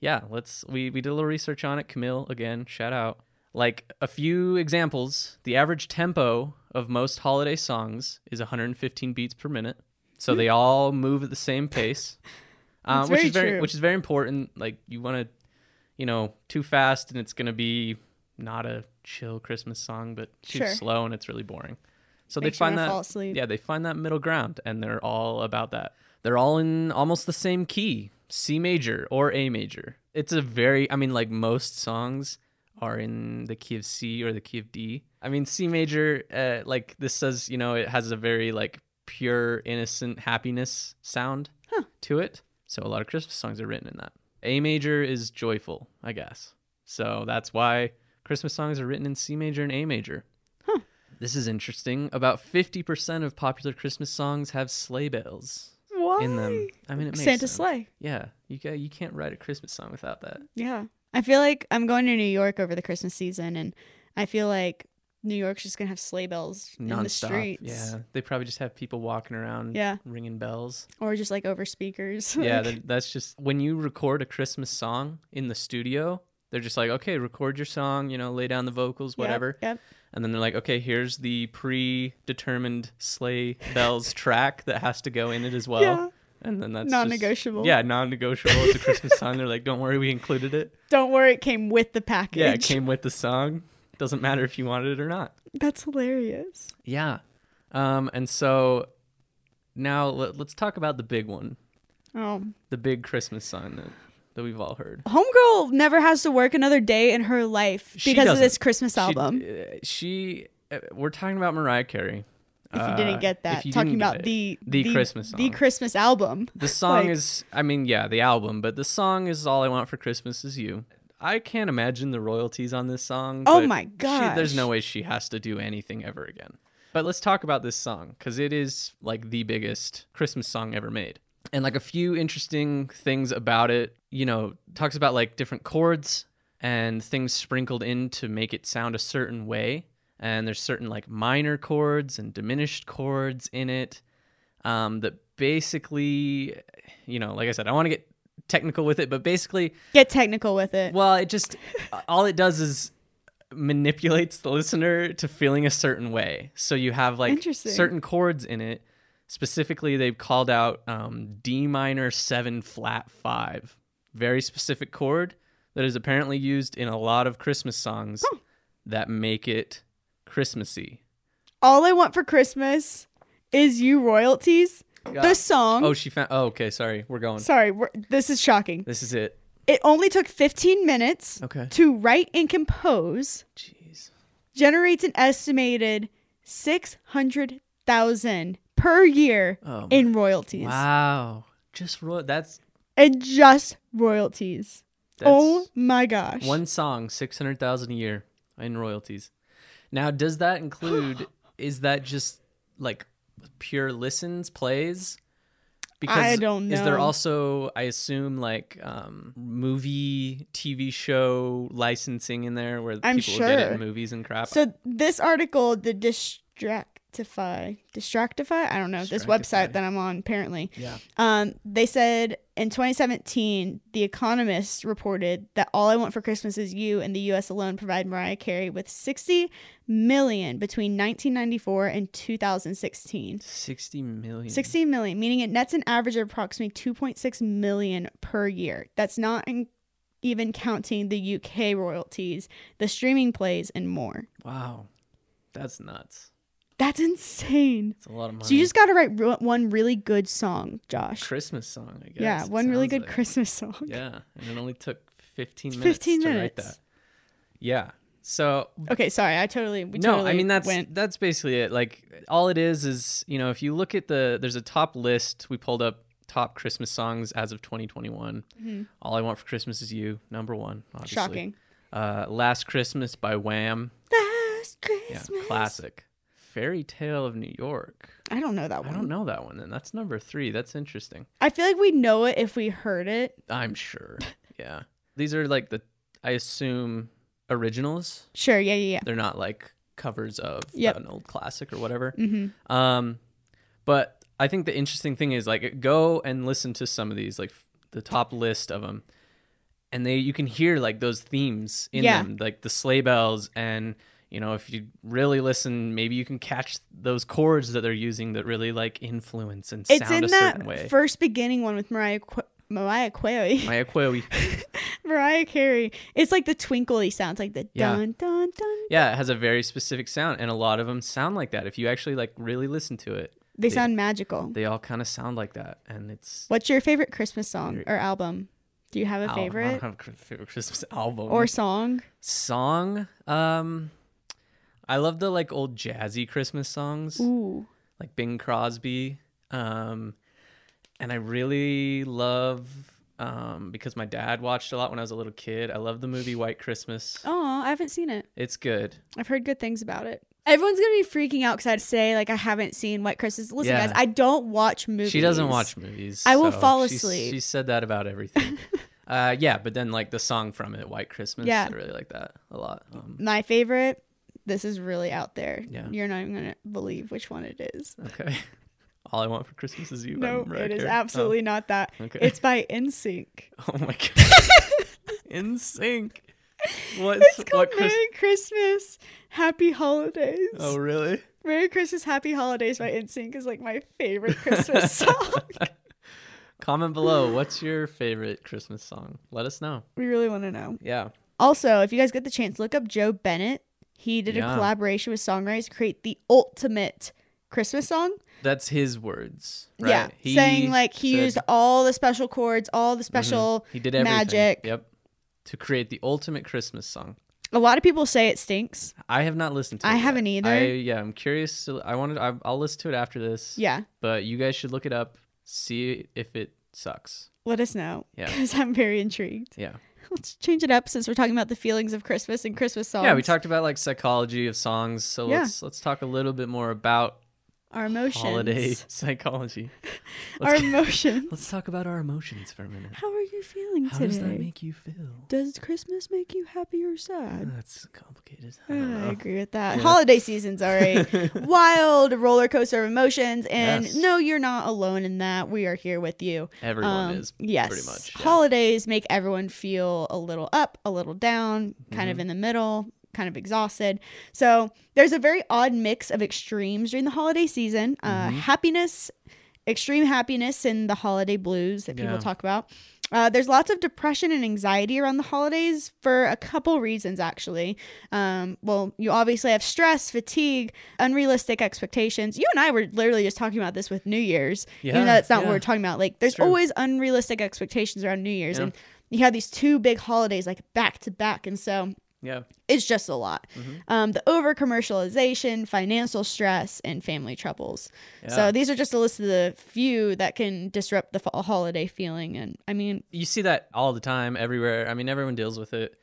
[SPEAKER 2] yeah, let's we we did a little research on it. Camille again, shout out. Like a few examples, the average tempo of most holiday songs is 115 beats per minute, so they all move at the same pace, um,
[SPEAKER 1] That's
[SPEAKER 2] which
[SPEAKER 1] very
[SPEAKER 2] is very
[SPEAKER 1] true.
[SPEAKER 2] which is very important. Like you want to, you know, too fast and it's gonna be not a chill Christmas song, but too
[SPEAKER 1] Sure.
[SPEAKER 2] slow and it's really boring. So they
[SPEAKER 1] Makes you
[SPEAKER 2] find
[SPEAKER 1] wanna
[SPEAKER 2] that
[SPEAKER 1] fall asleep.
[SPEAKER 2] yeah, they find that middle ground, and they're all about that. They're all in almost the same key, C major or A major. It's a very, I mean, like most songs are in the key of C or the key of D. I mean, C major, uh, like this says, you know, it has a very like pure, innocent happiness sound to it. So a lot of Christmas songs are written in that. A major is joyful, I guess. So that's why Christmas songs are written in C major and A major. This is interesting. About 50% of popular Christmas songs have sleigh bells
[SPEAKER 1] Why?
[SPEAKER 2] in them. I mean, it makes
[SPEAKER 1] Santa
[SPEAKER 2] sense.
[SPEAKER 1] sleigh.
[SPEAKER 2] Yeah, you ca you can't write a Christmas song without that.
[SPEAKER 1] Yeah. I feel like I'm going to New York over the Christmas season, and I feel like New York's just gonna have sleigh bells in the
[SPEAKER 2] Nonstop.
[SPEAKER 1] streets,
[SPEAKER 2] Yeah, they probably just have people walking around,
[SPEAKER 1] Yeah.
[SPEAKER 2] ringing bells.
[SPEAKER 1] or just like over speakers.
[SPEAKER 2] Yeah,
[SPEAKER 1] Like,
[SPEAKER 2] that, that's just when you record a Christmas song in the studio. They're just like, okay, record your song, you know, lay down the vocals,
[SPEAKER 1] yep,
[SPEAKER 2] whatever.
[SPEAKER 1] Yep.
[SPEAKER 2] And then they're like, okay, here's the predetermined sleigh bells track that has to go in it as well.
[SPEAKER 1] Yeah.
[SPEAKER 2] And then that's just-
[SPEAKER 1] Non-negotiable.
[SPEAKER 2] yeah, non-negotiable. It's a Christmas song. They're like, don't worry, we included it.
[SPEAKER 1] Don't worry, it came with the package.
[SPEAKER 2] Yeah, it came with the song. Doesn't matter if you wanted it or not.
[SPEAKER 1] That's hilarious.
[SPEAKER 2] Yeah. Um, and so now let, let's talk about the big one,
[SPEAKER 1] Oh,
[SPEAKER 2] the big Christmas song that, that we've all heard.
[SPEAKER 1] homegirl never has to work another day in her life
[SPEAKER 2] She
[SPEAKER 1] because of
[SPEAKER 2] doesn't.
[SPEAKER 1] this Christmas
[SPEAKER 2] She-
[SPEAKER 1] album.
[SPEAKER 2] uh, She, uh, we're talking about Mariah Carey.
[SPEAKER 1] if you didn't get that,
[SPEAKER 2] Uh, if you
[SPEAKER 1] talking
[SPEAKER 2] didn't get
[SPEAKER 1] about
[SPEAKER 2] it,
[SPEAKER 1] the,
[SPEAKER 2] the Christmas
[SPEAKER 1] the
[SPEAKER 2] song.
[SPEAKER 1] Christmas album.
[SPEAKER 2] The song
[SPEAKER 1] Like-
[SPEAKER 2] is, I mean, yeah, the album, but the song is All I Want for Christmas Is You. I can't imagine the royalties on this song.
[SPEAKER 1] Oh
[SPEAKER 2] but
[SPEAKER 1] my
[SPEAKER 2] she-
[SPEAKER 1] gosh.
[SPEAKER 2] there's no way she has to do anything ever again. But let's talk about this song because it is like the biggest Christmas song ever made. And like a few interesting things about it, you know, talks about like different chords and things sprinkled in to make it sound a certain way. And there's certain like minor chords and diminished chords in it um, that basically, you know, like I said, I want to get technical with it, but basically,
[SPEAKER 1] Get technical with it.
[SPEAKER 2] well, it just all it does is manipulates the listener to feeling a certain way. So you have like
[SPEAKER 1] Interesting.
[SPEAKER 2] certain chords in it. Specifically, they've called out um, D minor seven flat five, very specific chord that is apparently used in a lot of Christmas songs that make it Christmassy.
[SPEAKER 1] All I want for Christmas is you royalties. The song.
[SPEAKER 2] Oh, she found. Oh, okay. Sorry, we're going.
[SPEAKER 1] sorry, we're, this is shocking.
[SPEAKER 2] This is it.
[SPEAKER 1] It only took 15 minutes
[SPEAKER 2] Okay.
[SPEAKER 1] to write and compose,
[SPEAKER 2] Jeez.
[SPEAKER 1] generates an estimated 600,000 per year
[SPEAKER 2] Oh my-
[SPEAKER 1] in royalties.
[SPEAKER 2] Wow. Just ro- that's
[SPEAKER 1] And just royalties.
[SPEAKER 2] that's
[SPEAKER 1] oh my gosh.
[SPEAKER 2] one song, six hundred thousand a year in royalties. Now, does that include? is that just like pure listens, plays?
[SPEAKER 1] I don't
[SPEAKER 2] Is there
[SPEAKER 1] know.
[SPEAKER 2] also, I assume, like um, movie, TV show licensing in there where
[SPEAKER 1] I'm
[SPEAKER 2] people get it
[SPEAKER 1] sure.
[SPEAKER 2] in movies and crap?
[SPEAKER 1] So this article, the distractify, distractify, I don't know this
[SPEAKER 2] Distractify.
[SPEAKER 1] website that I'm on. Apparently,
[SPEAKER 2] Yeah.
[SPEAKER 1] Um, they said in 2017, The Economist reported that "All I Want for Christmas Is You" in the U.S. alone provide Mariah Carey with 60 million between 1994 and 2016.
[SPEAKER 2] Sixty million.
[SPEAKER 1] 60 million, meaning it nets an average of approximately 2.6 million per year. That's not in- even counting the UK royalties, the streaming plays, and more.
[SPEAKER 2] Wow, that's nuts.
[SPEAKER 1] That's insane.
[SPEAKER 2] It's a lot of money.
[SPEAKER 1] So you just got to write re- one really good song, Josh.
[SPEAKER 2] Christmas song, I guess.
[SPEAKER 1] yeah,
[SPEAKER 2] it
[SPEAKER 1] one really
[SPEAKER 2] sounds
[SPEAKER 1] good
[SPEAKER 2] like.
[SPEAKER 1] Christmas song.
[SPEAKER 2] Yeah, and it only took 15 minutes
[SPEAKER 1] 15
[SPEAKER 2] to write
[SPEAKER 1] minutes.
[SPEAKER 2] that. Yeah. So
[SPEAKER 1] Okay, sorry, I totally we
[SPEAKER 2] no,
[SPEAKER 1] totally
[SPEAKER 2] I mean that's
[SPEAKER 1] went.
[SPEAKER 2] that's basically it. Like all it is is, you know, if you look at the there's a top list we pulled up top Christmas songs as of 2021. All I want for Christmas is you, number 1, obviously.
[SPEAKER 1] Mm-hmm. Shocking.
[SPEAKER 2] Uh Last Christmas by Wham.
[SPEAKER 1] Last
[SPEAKER 2] Yeah,
[SPEAKER 1] Christmas.
[SPEAKER 2] classic. Fairy Tale of New York.
[SPEAKER 1] I don't know that
[SPEAKER 2] I
[SPEAKER 1] one.
[SPEAKER 2] don't know that one then. That's number 3. That's interesting.
[SPEAKER 1] I feel like we know it if we heard it.
[SPEAKER 2] I'm sure. Yeah. These are like the I assume originals.
[SPEAKER 1] Sure, yeah, yeah,
[SPEAKER 2] They're not like covers of
[SPEAKER 1] Yep.
[SPEAKER 2] an old classic or whatever.
[SPEAKER 1] yeah. Mhm.
[SPEAKER 2] Um, but I think the interesting thing is like go and listen to some of these, like f- the top list of them, and they you can hear like those themes in
[SPEAKER 1] Yeah.
[SPEAKER 2] them, like the sleigh bells, and you know if you really listen, maybe you can catch those chords that they're using that really like influence and
[SPEAKER 1] It's in
[SPEAKER 2] sound a
[SPEAKER 1] that
[SPEAKER 2] certain way.
[SPEAKER 1] first beginning one with Mariah Qu- Mariah Carey.
[SPEAKER 2] Maya Quilly.
[SPEAKER 1] Mariah Carey. It's like the twinkly sounds, like the
[SPEAKER 2] Yeah.
[SPEAKER 1] dun dun dun.
[SPEAKER 2] Yeah, it has a very specific sound, and a lot of them sound like that. If you actually like really listen to it,
[SPEAKER 1] They sound magical.
[SPEAKER 2] they all kind of sound like that, and it's
[SPEAKER 1] What's your favorite Christmas song or album? Do you have a
[SPEAKER 2] Al- I
[SPEAKER 1] favorite
[SPEAKER 2] don't have a cr- favorite Christmas album
[SPEAKER 1] or song?
[SPEAKER 2] song. Um, I love the like old jazzy Christmas songs,
[SPEAKER 1] Ooh,
[SPEAKER 2] like Bing Crosby. Um, and I really love um because my dad watched a lot when I was a little kid. I love the movie White Christmas.
[SPEAKER 1] oh, I haven't seen it.
[SPEAKER 2] It's good.
[SPEAKER 1] I've heard good things about it. Everyone's gonna be freaking out because I'd say like I haven't seen White Christmas. Listen,
[SPEAKER 2] Yeah.
[SPEAKER 1] guys, I don't watch movies.
[SPEAKER 2] She doesn't watch movies.
[SPEAKER 1] I will
[SPEAKER 2] so
[SPEAKER 1] fall
[SPEAKER 2] she's-
[SPEAKER 1] asleep.
[SPEAKER 2] She said that about everything. uh, yeah, but then like the song from it, White Christmas.
[SPEAKER 1] Yeah.
[SPEAKER 2] I really like that a lot. Um,
[SPEAKER 1] My favorite. This is really out there.
[SPEAKER 2] Yeah.
[SPEAKER 1] You're not even gonna believe which one it is.
[SPEAKER 2] okay. All I want for Christmas is you. by
[SPEAKER 1] No,
[SPEAKER 2] Mariah
[SPEAKER 1] it is
[SPEAKER 2] Carey. Oh.
[SPEAKER 1] absolutely not that.
[SPEAKER 2] okay.
[SPEAKER 1] It's by NSYNC.
[SPEAKER 2] Oh my god. In sync. What's
[SPEAKER 1] It's called
[SPEAKER 2] what Chris-
[SPEAKER 1] Merry Christmas, Happy Holidays.
[SPEAKER 2] Oh really?
[SPEAKER 1] Merry Christmas, Happy Holidays by NSYNC is like my favorite Christmas song.
[SPEAKER 2] Comment below what's your favorite Christmas song? Let us know.
[SPEAKER 1] We really want to know.
[SPEAKER 2] Yeah.
[SPEAKER 1] Also, if you guys get the chance, look up Joe Bennett. He did
[SPEAKER 2] Yeah.
[SPEAKER 1] a collaboration with songwriters to create the ultimate Christmas song.
[SPEAKER 2] That's his words, right?
[SPEAKER 1] Yeah,
[SPEAKER 2] He
[SPEAKER 1] saying like he
[SPEAKER 2] said- Mm-hmm.
[SPEAKER 1] used all the special chords, all the special
[SPEAKER 2] He did everything.
[SPEAKER 1] magic.
[SPEAKER 2] Yep. To create the ultimate Christmas song.
[SPEAKER 1] A lot of people say it stinks.
[SPEAKER 2] I have not listened to it.
[SPEAKER 1] I
[SPEAKER 2] yet.
[SPEAKER 1] haven't either.
[SPEAKER 2] I, yeah, I'm curious. To, I wanted. I, I'll listen to it after this.
[SPEAKER 1] Yeah,
[SPEAKER 2] But you guys should look it up. See if it sucks.
[SPEAKER 1] let us know
[SPEAKER 2] Yeah.
[SPEAKER 1] because I'm very intrigued.
[SPEAKER 2] Yeah.
[SPEAKER 1] Let's change it up since we're talking about the feelings of Christmas and Christmas songs.
[SPEAKER 2] Yeah. We talked about like psychology of songs. So
[SPEAKER 1] Yeah.
[SPEAKER 2] let's let's talk a little bit more about
[SPEAKER 1] our emotions.
[SPEAKER 2] holiday psychology.
[SPEAKER 1] Our
[SPEAKER 2] Let's,
[SPEAKER 1] emotions.
[SPEAKER 2] let's talk about our emotions for a minute.
[SPEAKER 1] How are you feeling
[SPEAKER 2] How
[SPEAKER 1] today?
[SPEAKER 2] does that make you feel?
[SPEAKER 1] Does Christmas make you happy or sad?
[SPEAKER 2] That's complicated. I
[SPEAKER 1] I,
[SPEAKER 2] don't know.
[SPEAKER 1] agree with that. Holiday seasons are a wild roller coaster of emotions, and
[SPEAKER 2] Yes.
[SPEAKER 1] no, you're not alone in that. We are here with you.
[SPEAKER 2] Everyone
[SPEAKER 1] Um,
[SPEAKER 2] is
[SPEAKER 1] yes.
[SPEAKER 2] pretty much. yeah.
[SPEAKER 1] Holidays make everyone feel a little up, a little down, kind
[SPEAKER 2] Mm-hmm.
[SPEAKER 1] of in the middle, kind of exhausted. So there's a very odd mix of extremes during the holiday season. Uh,
[SPEAKER 2] Mm-hmm.
[SPEAKER 1] happiness, extreme happiness, and the holiday blues that people
[SPEAKER 2] Yeah.
[SPEAKER 1] talk about. Uh, there's lots of depression and anxiety around the holidays for a couple reasons, actually. Um, well, you obviously have stress, fatigue, unrealistic expectations. You and I were literally just talking about this with New Year's, even
[SPEAKER 2] Yeah,
[SPEAKER 1] though that's not what
[SPEAKER 2] yeah.
[SPEAKER 1] we're talking about. Like, there's
[SPEAKER 2] True.
[SPEAKER 1] always unrealistic expectations around New Year's,
[SPEAKER 2] Yeah.
[SPEAKER 1] and You have these two big holidays like back to back, and so
[SPEAKER 2] Yeah.
[SPEAKER 1] it's just a lot.
[SPEAKER 2] Mm-hmm.
[SPEAKER 1] Um, the over commercialization, financial stress, and family troubles.
[SPEAKER 2] Yeah.
[SPEAKER 1] So these are just a list of the few that can disrupt the fall holiday feeling. And I mean,
[SPEAKER 2] You see that all the time, everywhere. I mean, everyone deals with it,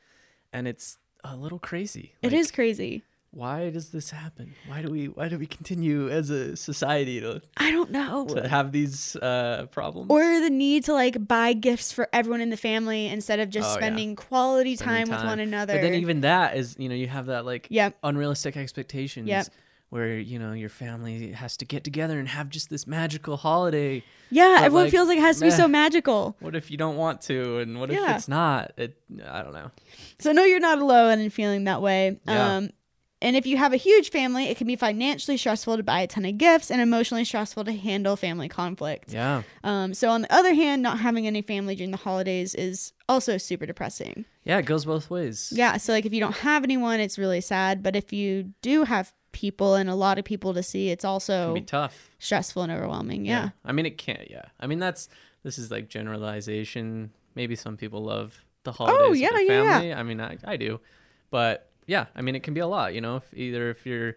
[SPEAKER 2] and it's a little crazy.
[SPEAKER 1] it
[SPEAKER 2] Like,
[SPEAKER 1] is crazy.
[SPEAKER 2] Why does this happen? Why do we? Why do we continue as a society to,
[SPEAKER 1] I don't know.
[SPEAKER 2] to have these uh, problems?
[SPEAKER 1] Or the need to like buy gifts for everyone in the family instead of just
[SPEAKER 2] Oh, yeah.
[SPEAKER 1] spending quality
[SPEAKER 2] spending
[SPEAKER 1] time, with one another.
[SPEAKER 2] But then even that is, you know, you have that like
[SPEAKER 1] Yep.
[SPEAKER 2] unrealistic expectations
[SPEAKER 1] Yep.
[SPEAKER 2] where, you know, your family has to get together and have just this magical holiday.
[SPEAKER 1] yeah,
[SPEAKER 2] but,
[SPEAKER 1] everyone
[SPEAKER 2] like,
[SPEAKER 1] feels like it has to be
[SPEAKER 2] meh.
[SPEAKER 1] so magical.
[SPEAKER 2] What if you don't want to and what if
[SPEAKER 1] Yeah.
[SPEAKER 2] it's not? It, I don't know.
[SPEAKER 1] So no, you're not alone in feeling that way.
[SPEAKER 2] Yeah.
[SPEAKER 1] Um, and if you have a huge family, it can be financially stressful to buy a ton of gifts and emotionally stressful to handle family conflict.
[SPEAKER 2] Yeah.
[SPEAKER 1] Um, so on the other hand, not having any family during the holidays is also super depressing.
[SPEAKER 2] Yeah, it goes both ways.
[SPEAKER 1] Yeah, so like if you don't have anyone, it's really sad. But if you do have people and a lot of people to see, it's
[SPEAKER 2] It
[SPEAKER 1] also
[SPEAKER 2] can be tough.
[SPEAKER 1] stressful and overwhelming. Yeah.
[SPEAKER 2] I mean, it can't. Yeah. I mean, that's, this is like generalization. Maybe some people love the holidays with
[SPEAKER 1] Oh, yeah,
[SPEAKER 2] their
[SPEAKER 1] yeah, yeah.
[SPEAKER 2] family. I mean, I, I do. But yeah, I mean, it can be a lot, you know, if either if you're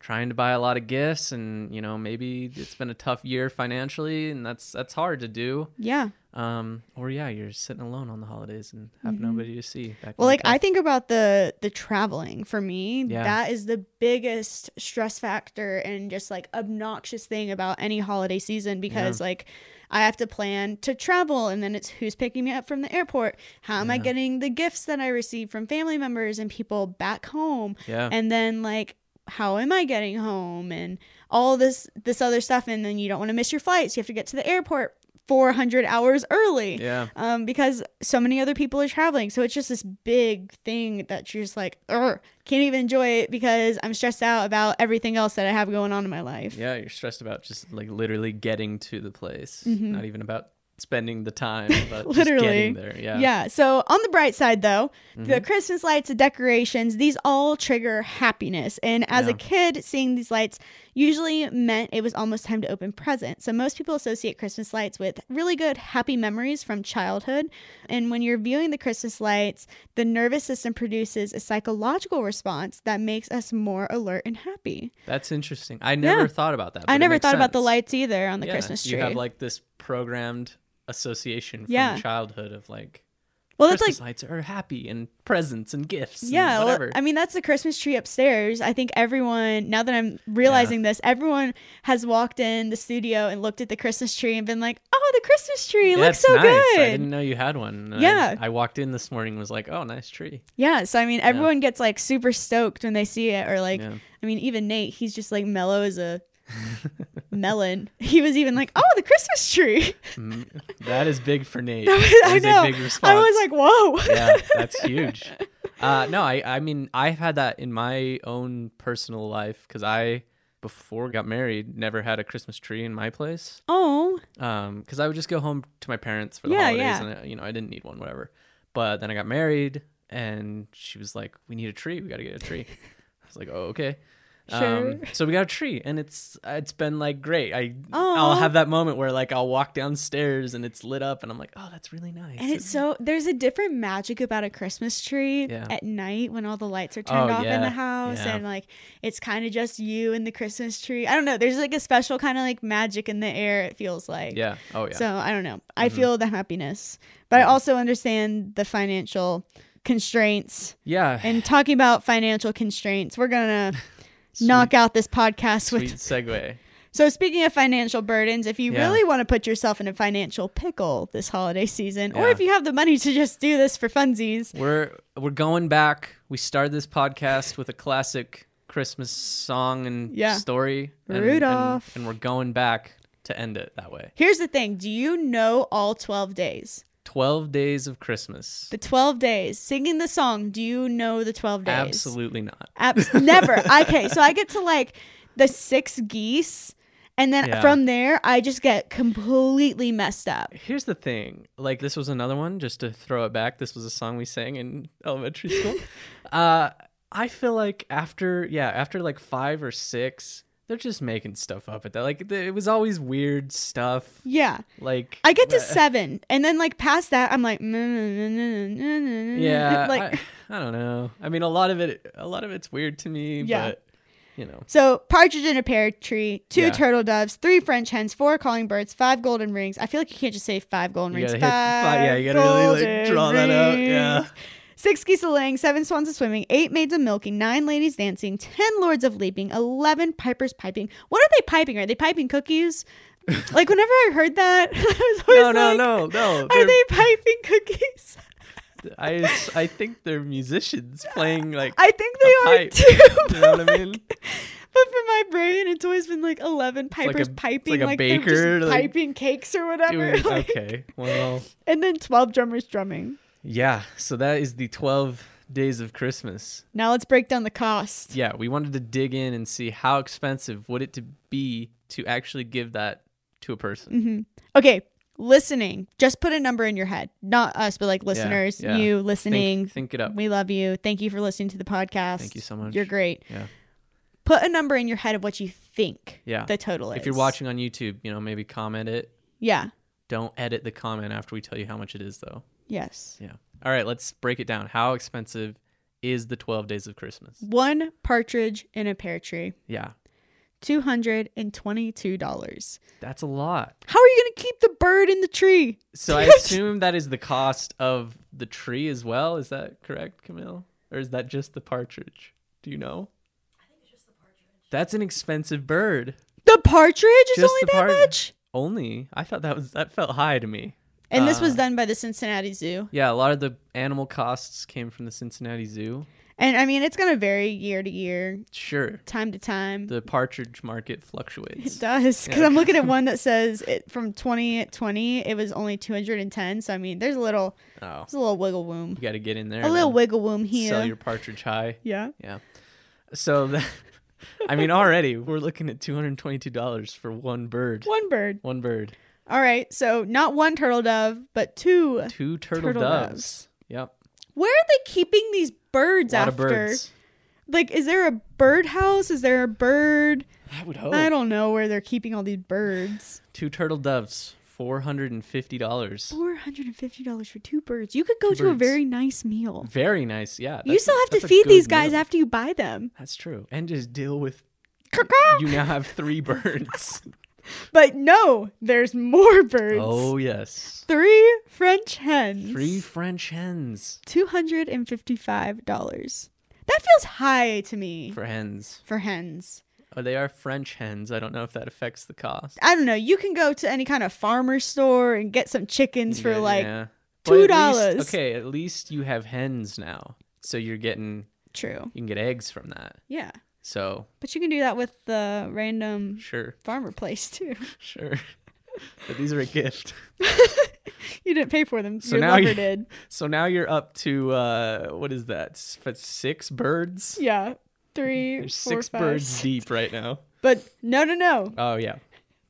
[SPEAKER 2] trying to buy a lot of gifts and, you know, maybe it's been a tough year financially and that's, that's hard to do.
[SPEAKER 1] Yeah.
[SPEAKER 2] Um, or yeah, you're sitting alone on the holidays and have nobody to see. That
[SPEAKER 1] Mm-hmm. Well,
[SPEAKER 2] can
[SPEAKER 1] like
[SPEAKER 2] be
[SPEAKER 1] I
[SPEAKER 2] tough.
[SPEAKER 1] think about the the traveling for me,
[SPEAKER 2] Yeah.
[SPEAKER 1] that is the biggest stress factor and just like obnoxious thing about any holiday season because like I have to plan to travel and then it's who's picking me up from the airport, how am I getting the gifts that I receive from family members and people back home?
[SPEAKER 2] Yeah.
[SPEAKER 1] And then like how am I getting home and all this this other stuff and then you don't want to miss your flights. You have to get to the airport 400 hours early
[SPEAKER 2] Yeah.
[SPEAKER 1] um, because so many other people are traveling. So it's just this big thing that you're just like, Ugh, can't even enjoy it because I'm stressed out about everything else that I have going on in my life.
[SPEAKER 2] Yeah, you're stressed about just like literally getting to the place, not even about spending the time, but
[SPEAKER 1] Mm-hmm. Literally.
[SPEAKER 2] just getting there. Yeah. Mm-hmm.
[SPEAKER 1] So on the bright side, though, the Christmas lights, the decorations, these all trigger happiness. And as a
[SPEAKER 2] Yeah.
[SPEAKER 1] kid, seeing these lights usually meant it was almost time to open presents. So most people associate Christmas lights with really good, happy memories from childhood. And when you're viewing the Christmas lights, the nervous system produces a psychological response that makes us more alert and happy.
[SPEAKER 2] That's interesting. I never thought about that. but
[SPEAKER 1] I
[SPEAKER 2] it
[SPEAKER 1] never
[SPEAKER 2] makes
[SPEAKER 1] thought about the
[SPEAKER 2] sense.
[SPEAKER 1] lights either on the
[SPEAKER 2] Yeah,
[SPEAKER 1] Christmas tree.
[SPEAKER 2] You have like this programmed association from
[SPEAKER 1] Yeah.
[SPEAKER 2] childhood of like
[SPEAKER 1] well, it's like
[SPEAKER 2] Christmas lights are happy and presents and gifts.
[SPEAKER 1] Yeah,
[SPEAKER 2] and
[SPEAKER 1] well,
[SPEAKER 2] whatever.
[SPEAKER 1] I mean that's the Christmas tree upstairs. I think everyone now that I'm realizing this, everyone has walked in the studio and looked at the Christmas tree and been like, "Oh, the Christmas tree
[SPEAKER 2] Yeah,
[SPEAKER 1] looks
[SPEAKER 2] it's
[SPEAKER 1] so
[SPEAKER 2] nice. I
[SPEAKER 1] good."
[SPEAKER 2] didn't know you had one. And I-
[SPEAKER 1] Yeah.
[SPEAKER 2] I, walked in this morning and was like, oh, nice tree.
[SPEAKER 1] Yeah, so I mean everyone gets like super stoked when they see it or like
[SPEAKER 2] Yeah.
[SPEAKER 1] I mean even Nate, he's just like mellow as a melon. He was even like, "Oh, the Christmas tree."
[SPEAKER 2] That is big for Nate. That
[SPEAKER 1] I
[SPEAKER 2] is
[SPEAKER 1] know.
[SPEAKER 2] A big response.
[SPEAKER 1] I was like, "Whoa."
[SPEAKER 2] yeah, that's huge. Uh, no, I, I mean, I've had that in my own personal life because I, before I got married, never had a Christmas tree in my place
[SPEAKER 1] oh,
[SPEAKER 2] because Um, I would just go home to my parents for the
[SPEAKER 1] Yeah,
[SPEAKER 2] holidays,
[SPEAKER 1] yeah.
[SPEAKER 2] and I, you know, I didn't need one, whatever. But then I got married, and she was like, "We need a tree. We got to get a tree." I was like, "Oh, okay." Um,
[SPEAKER 1] Sure.
[SPEAKER 2] so we got a tree, and it's uh, it's been like great. I
[SPEAKER 1] Aw.
[SPEAKER 2] I'll have that moment where like I'll walk downstairs and it's lit up, and I'm like, "Oh, that's really nice."
[SPEAKER 1] And it's so there's a different magic about a Christmas tree
[SPEAKER 2] Yeah.
[SPEAKER 1] at night when all the lights are turned
[SPEAKER 2] Oh,
[SPEAKER 1] off in
[SPEAKER 2] yeah.
[SPEAKER 1] the house
[SPEAKER 2] Yeah.
[SPEAKER 1] and like it's kind of just you and the Christmas tree. I don't know. There's like a special kind of like magic in the air. It feels like.
[SPEAKER 2] yeah. Oh yeah. Mm-hmm.
[SPEAKER 1] So I don't know. I feel the happiness, but I also understand the financial constraints.
[SPEAKER 2] yeah.
[SPEAKER 1] And talking about financial constraints, we're gonna knock out this podcast
[SPEAKER 2] Sweet
[SPEAKER 1] with.
[SPEAKER 2] segue.
[SPEAKER 1] So speaking of financial burdens, if you
[SPEAKER 2] Yeah.
[SPEAKER 1] really want to put yourself in a financial pickle this holiday season, or
[SPEAKER 2] Yeah.
[SPEAKER 1] if you have the money to just do this for funsies,
[SPEAKER 2] We're we're going back. We started this podcast with a classic Christmas song and
[SPEAKER 1] Yeah.
[SPEAKER 2] story. and- and-
[SPEAKER 1] Rudolph.
[SPEAKER 2] And, we're going back to end it that way.
[SPEAKER 1] here's the thing: Do you know all twelve days?
[SPEAKER 2] Twelve days of Christmas.
[SPEAKER 1] The twelve days singing the song. Do you know the twelve days?
[SPEAKER 2] Absolutely not.
[SPEAKER 1] Abs- never. Okay, so I get to like the six geese, and then
[SPEAKER 2] Yeah.
[SPEAKER 1] from there I just get completely messed up.
[SPEAKER 2] Here's the thing. Like this was another one, just to throw it back. This was a song we sang in elementary school. uh I feel like after yeah, after like five or six, they're just making stuff up at that. Like th- it was always weird stuff.
[SPEAKER 1] Yeah.
[SPEAKER 2] Like
[SPEAKER 1] I get to
[SPEAKER 2] but-
[SPEAKER 1] seven, and then like past that, I'm like, "Mm, yeah,
[SPEAKER 2] yeah.
[SPEAKER 1] mm, like
[SPEAKER 2] I, I don't know. I mean, a lot of it, a lot of it's weird to me.
[SPEAKER 1] Yeah.
[SPEAKER 2] but you know,
[SPEAKER 1] so. Partridge in a pear tree, two
[SPEAKER 2] Yeah.
[SPEAKER 1] turtle doves, three French hens, four calling birds, five golden rings. I feel like you can't just say five golden
[SPEAKER 2] you
[SPEAKER 1] rings.
[SPEAKER 2] gotta hit,
[SPEAKER 1] five,
[SPEAKER 2] fi- yeah, you gotta really like
[SPEAKER 1] golden
[SPEAKER 2] draw that out.
[SPEAKER 1] rings.
[SPEAKER 2] Yeah.
[SPEAKER 1] Six geese a laying, seven swans a swimming, eight maids a milking, nine ladies dancing, ten lords of leaping, eleven pipers piping. What are they piping? Are they piping cookies? like whenever I heard that, I was always
[SPEAKER 2] No, no,
[SPEAKER 1] like,
[SPEAKER 2] no, no.
[SPEAKER 1] Are
[SPEAKER 2] they're-
[SPEAKER 1] they piping cookies?
[SPEAKER 2] I, s- I think they're musicians playing like.
[SPEAKER 1] I think they
[SPEAKER 2] a
[SPEAKER 1] are
[SPEAKER 2] pipe.
[SPEAKER 1] too.
[SPEAKER 2] You know what I mean?
[SPEAKER 1] But for my brain, it's always been like eleven
[SPEAKER 2] like a-
[SPEAKER 1] pipers
[SPEAKER 2] it's
[SPEAKER 1] piping,
[SPEAKER 2] like a
[SPEAKER 1] like, they're
[SPEAKER 2] baker,
[SPEAKER 1] just
[SPEAKER 2] like,
[SPEAKER 1] piping cakes or whatever,
[SPEAKER 2] Doing,
[SPEAKER 1] like-
[SPEAKER 2] okay. Well,
[SPEAKER 1] and then twelve drummers drumming.
[SPEAKER 2] yeah. So that is the 12 days of Christmas.
[SPEAKER 1] Now let's break down the cost.
[SPEAKER 2] Yeah, we wanted to dig in and see how expensive would it to be to actually give that to a person.
[SPEAKER 1] Okay, listening. Just put a number in your head, not us, but like listeners,
[SPEAKER 2] yeah.
[SPEAKER 1] you
[SPEAKER 2] Think-
[SPEAKER 1] listening.
[SPEAKER 2] Think, think it up.
[SPEAKER 1] we love you. Thank you for listening to the podcast.
[SPEAKER 2] Thank you so much.
[SPEAKER 1] You're great.
[SPEAKER 2] Yeah.
[SPEAKER 1] Put a number in your head of what you think.
[SPEAKER 2] Yeah.
[SPEAKER 1] The total is.
[SPEAKER 2] If you're watching on YouTube, you know, maybe comment it.
[SPEAKER 1] Yeah.
[SPEAKER 2] Don't edit the comment after we tell you how much it is though.
[SPEAKER 1] Yes.
[SPEAKER 2] Yeah. All right, let's break it down. How expensive is the 12 days of Christmas?
[SPEAKER 1] One partridge in a pear tree.
[SPEAKER 2] Yeah.
[SPEAKER 1] Two hundred and twenty-two dollars.
[SPEAKER 2] That's a lot.
[SPEAKER 1] How are you going to keep the bird in the tree?
[SPEAKER 2] So I assume that is the cost of the tree as well. Is that correct, Camille? Or is that just the partridge? Do you know? I think it's just the partridge. That's an expensive bird.
[SPEAKER 1] The partridge is
[SPEAKER 2] Just
[SPEAKER 1] only
[SPEAKER 2] the
[SPEAKER 1] that
[SPEAKER 2] partridge.
[SPEAKER 1] much.
[SPEAKER 2] Only I thought that was that felt high to me.
[SPEAKER 1] And this
[SPEAKER 2] Uh.
[SPEAKER 1] was done by the Cincinnati Zoo.
[SPEAKER 2] Yeah, a lot of the animal costs came from the Cincinnati Zoo.
[SPEAKER 1] And I mean, it's going to vary year to year,
[SPEAKER 2] Sure.
[SPEAKER 1] time to time.
[SPEAKER 2] The partridge market
[SPEAKER 1] it
[SPEAKER 2] fluctuates.
[SPEAKER 1] does. Because I'm looking at one that says it, from 2020, it was only 210. So I mean, there's a little,
[SPEAKER 2] Oh.
[SPEAKER 1] there's a little wiggle womb,
[SPEAKER 2] You got to get in there.
[SPEAKER 1] a little
[SPEAKER 2] man.
[SPEAKER 1] wiggle womb here.
[SPEAKER 2] Sell your partridge high.
[SPEAKER 1] yeah.
[SPEAKER 2] Yeah. So that, I mean already we're looking at $222 for one bird.
[SPEAKER 1] One bird.
[SPEAKER 2] One bird.
[SPEAKER 1] All right. So not one turtle dove, but two.
[SPEAKER 2] Two turtle,
[SPEAKER 1] Turtle
[SPEAKER 2] doves.
[SPEAKER 1] doves.
[SPEAKER 2] Yep.
[SPEAKER 1] Where are they keeping these birds
[SPEAKER 2] A lot
[SPEAKER 1] after?
[SPEAKER 2] of birds.
[SPEAKER 1] Like, is there a bird house? Is there a bird?
[SPEAKER 2] I would hope.
[SPEAKER 1] I don't know where they're keeping all these birds.
[SPEAKER 2] Two turtle doves, four hundred and fifty dollars.
[SPEAKER 1] Four hundred and fifty dollars for two birds. You could go
[SPEAKER 2] Two
[SPEAKER 1] to a
[SPEAKER 2] birds.
[SPEAKER 1] very nice meal.
[SPEAKER 2] Very nice. Yeah.
[SPEAKER 1] You
[SPEAKER 2] that's a-
[SPEAKER 1] still have
[SPEAKER 2] that's
[SPEAKER 1] to
[SPEAKER 2] a
[SPEAKER 1] feed
[SPEAKER 2] good
[SPEAKER 1] these guys
[SPEAKER 2] meal.
[SPEAKER 1] after you buy them.
[SPEAKER 2] That's true. And just deal with
[SPEAKER 1] Caw-caw.
[SPEAKER 2] you now have three birds.
[SPEAKER 1] But no, there's more birds.
[SPEAKER 2] oh yes.
[SPEAKER 1] Three French hens.
[SPEAKER 2] Three French hens
[SPEAKER 1] Two hundred and fifty-five dollars. That feels high to me for,
[SPEAKER 2] for hens.
[SPEAKER 1] hens.
[SPEAKER 2] Oh, they are French hens. I don't know if that affects the cost.
[SPEAKER 1] I don't know. You can go to any kind of farmer store and get some chickens for
[SPEAKER 2] Yeah,
[SPEAKER 1] like
[SPEAKER 2] yeah. But at least-
[SPEAKER 1] $2.
[SPEAKER 2] Okay, at least you have hens now. So you're getting
[SPEAKER 1] true.
[SPEAKER 2] you can get eggs from that.
[SPEAKER 1] Yeah.
[SPEAKER 2] So
[SPEAKER 1] But you can do that with the random
[SPEAKER 2] sure.
[SPEAKER 1] farmer place too.
[SPEAKER 2] Sure. but these are a gift.
[SPEAKER 1] you didn't pay for them.
[SPEAKER 2] So
[SPEAKER 1] Your
[SPEAKER 2] now
[SPEAKER 1] lover
[SPEAKER 2] you-
[SPEAKER 1] did.
[SPEAKER 2] So now you're up to uh what is that? S- f- Six birds?
[SPEAKER 1] Yeah. Three,
[SPEAKER 2] There's
[SPEAKER 1] four,
[SPEAKER 2] six
[SPEAKER 1] five.
[SPEAKER 2] birds deep right now.
[SPEAKER 1] But no, no, no.
[SPEAKER 2] Oh yeah.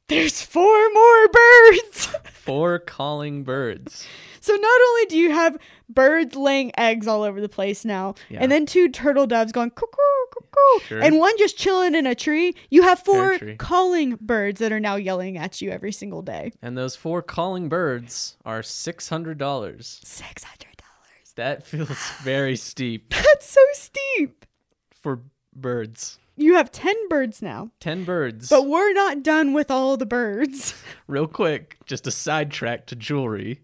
[SPEAKER 1] There's four more birds.
[SPEAKER 2] Four calling birds.
[SPEAKER 1] so not only do you have birds laying eggs all over the place now,
[SPEAKER 2] Yeah.
[SPEAKER 1] and then two turtle doves going cuckoo, cuckoo,
[SPEAKER 2] Sure.
[SPEAKER 1] and one just chilling in a tree, you have
[SPEAKER 2] Pear
[SPEAKER 1] four
[SPEAKER 2] tree.
[SPEAKER 1] calling birds that are now yelling at you every single day.
[SPEAKER 2] And those four calling birds are six hundred dollars.
[SPEAKER 1] Six hundred dollars.
[SPEAKER 2] That feels very steep
[SPEAKER 1] That's so steep.
[SPEAKER 2] for birds.
[SPEAKER 1] You have ten birds now,
[SPEAKER 2] Ten birds.
[SPEAKER 1] but we're not done with all the birds.
[SPEAKER 2] Real quick, just a sidetrack to jewelry.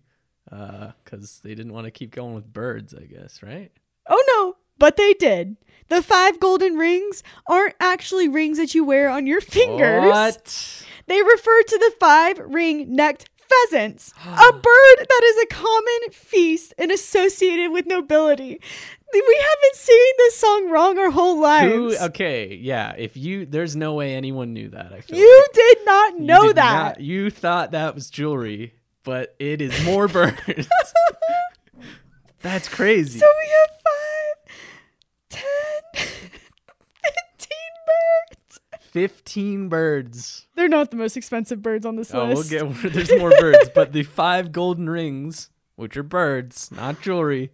[SPEAKER 2] Uh, cause they didn't want to keep going with birds, I guess, right?
[SPEAKER 1] Oh no, but they did. The five golden rings aren't actually rings that you wear on your fingers.
[SPEAKER 2] What?
[SPEAKER 1] They refer to the five ring necked pheasants, a bird that is a common feast and associated with nobility. We have been singing this song wrong our whole
[SPEAKER 2] Who?
[SPEAKER 1] lives.
[SPEAKER 2] Okay, yeah. If you, there's no way anyone knew that. I feel
[SPEAKER 1] You did not
[SPEAKER 2] You
[SPEAKER 1] know
[SPEAKER 2] did
[SPEAKER 1] that.
[SPEAKER 2] not- you thought that was jewelry, but it is more birds. That's crazy.
[SPEAKER 1] So we have five, ten, fifteen birds.
[SPEAKER 2] 15 birds.
[SPEAKER 1] They're not the most expensive birds on this
[SPEAKER 2] Oh, we'll
[SPEAKER 1] list.
[SPEAKER 2] get there's more birds, but the five golden rings, which are birds, not jewelry,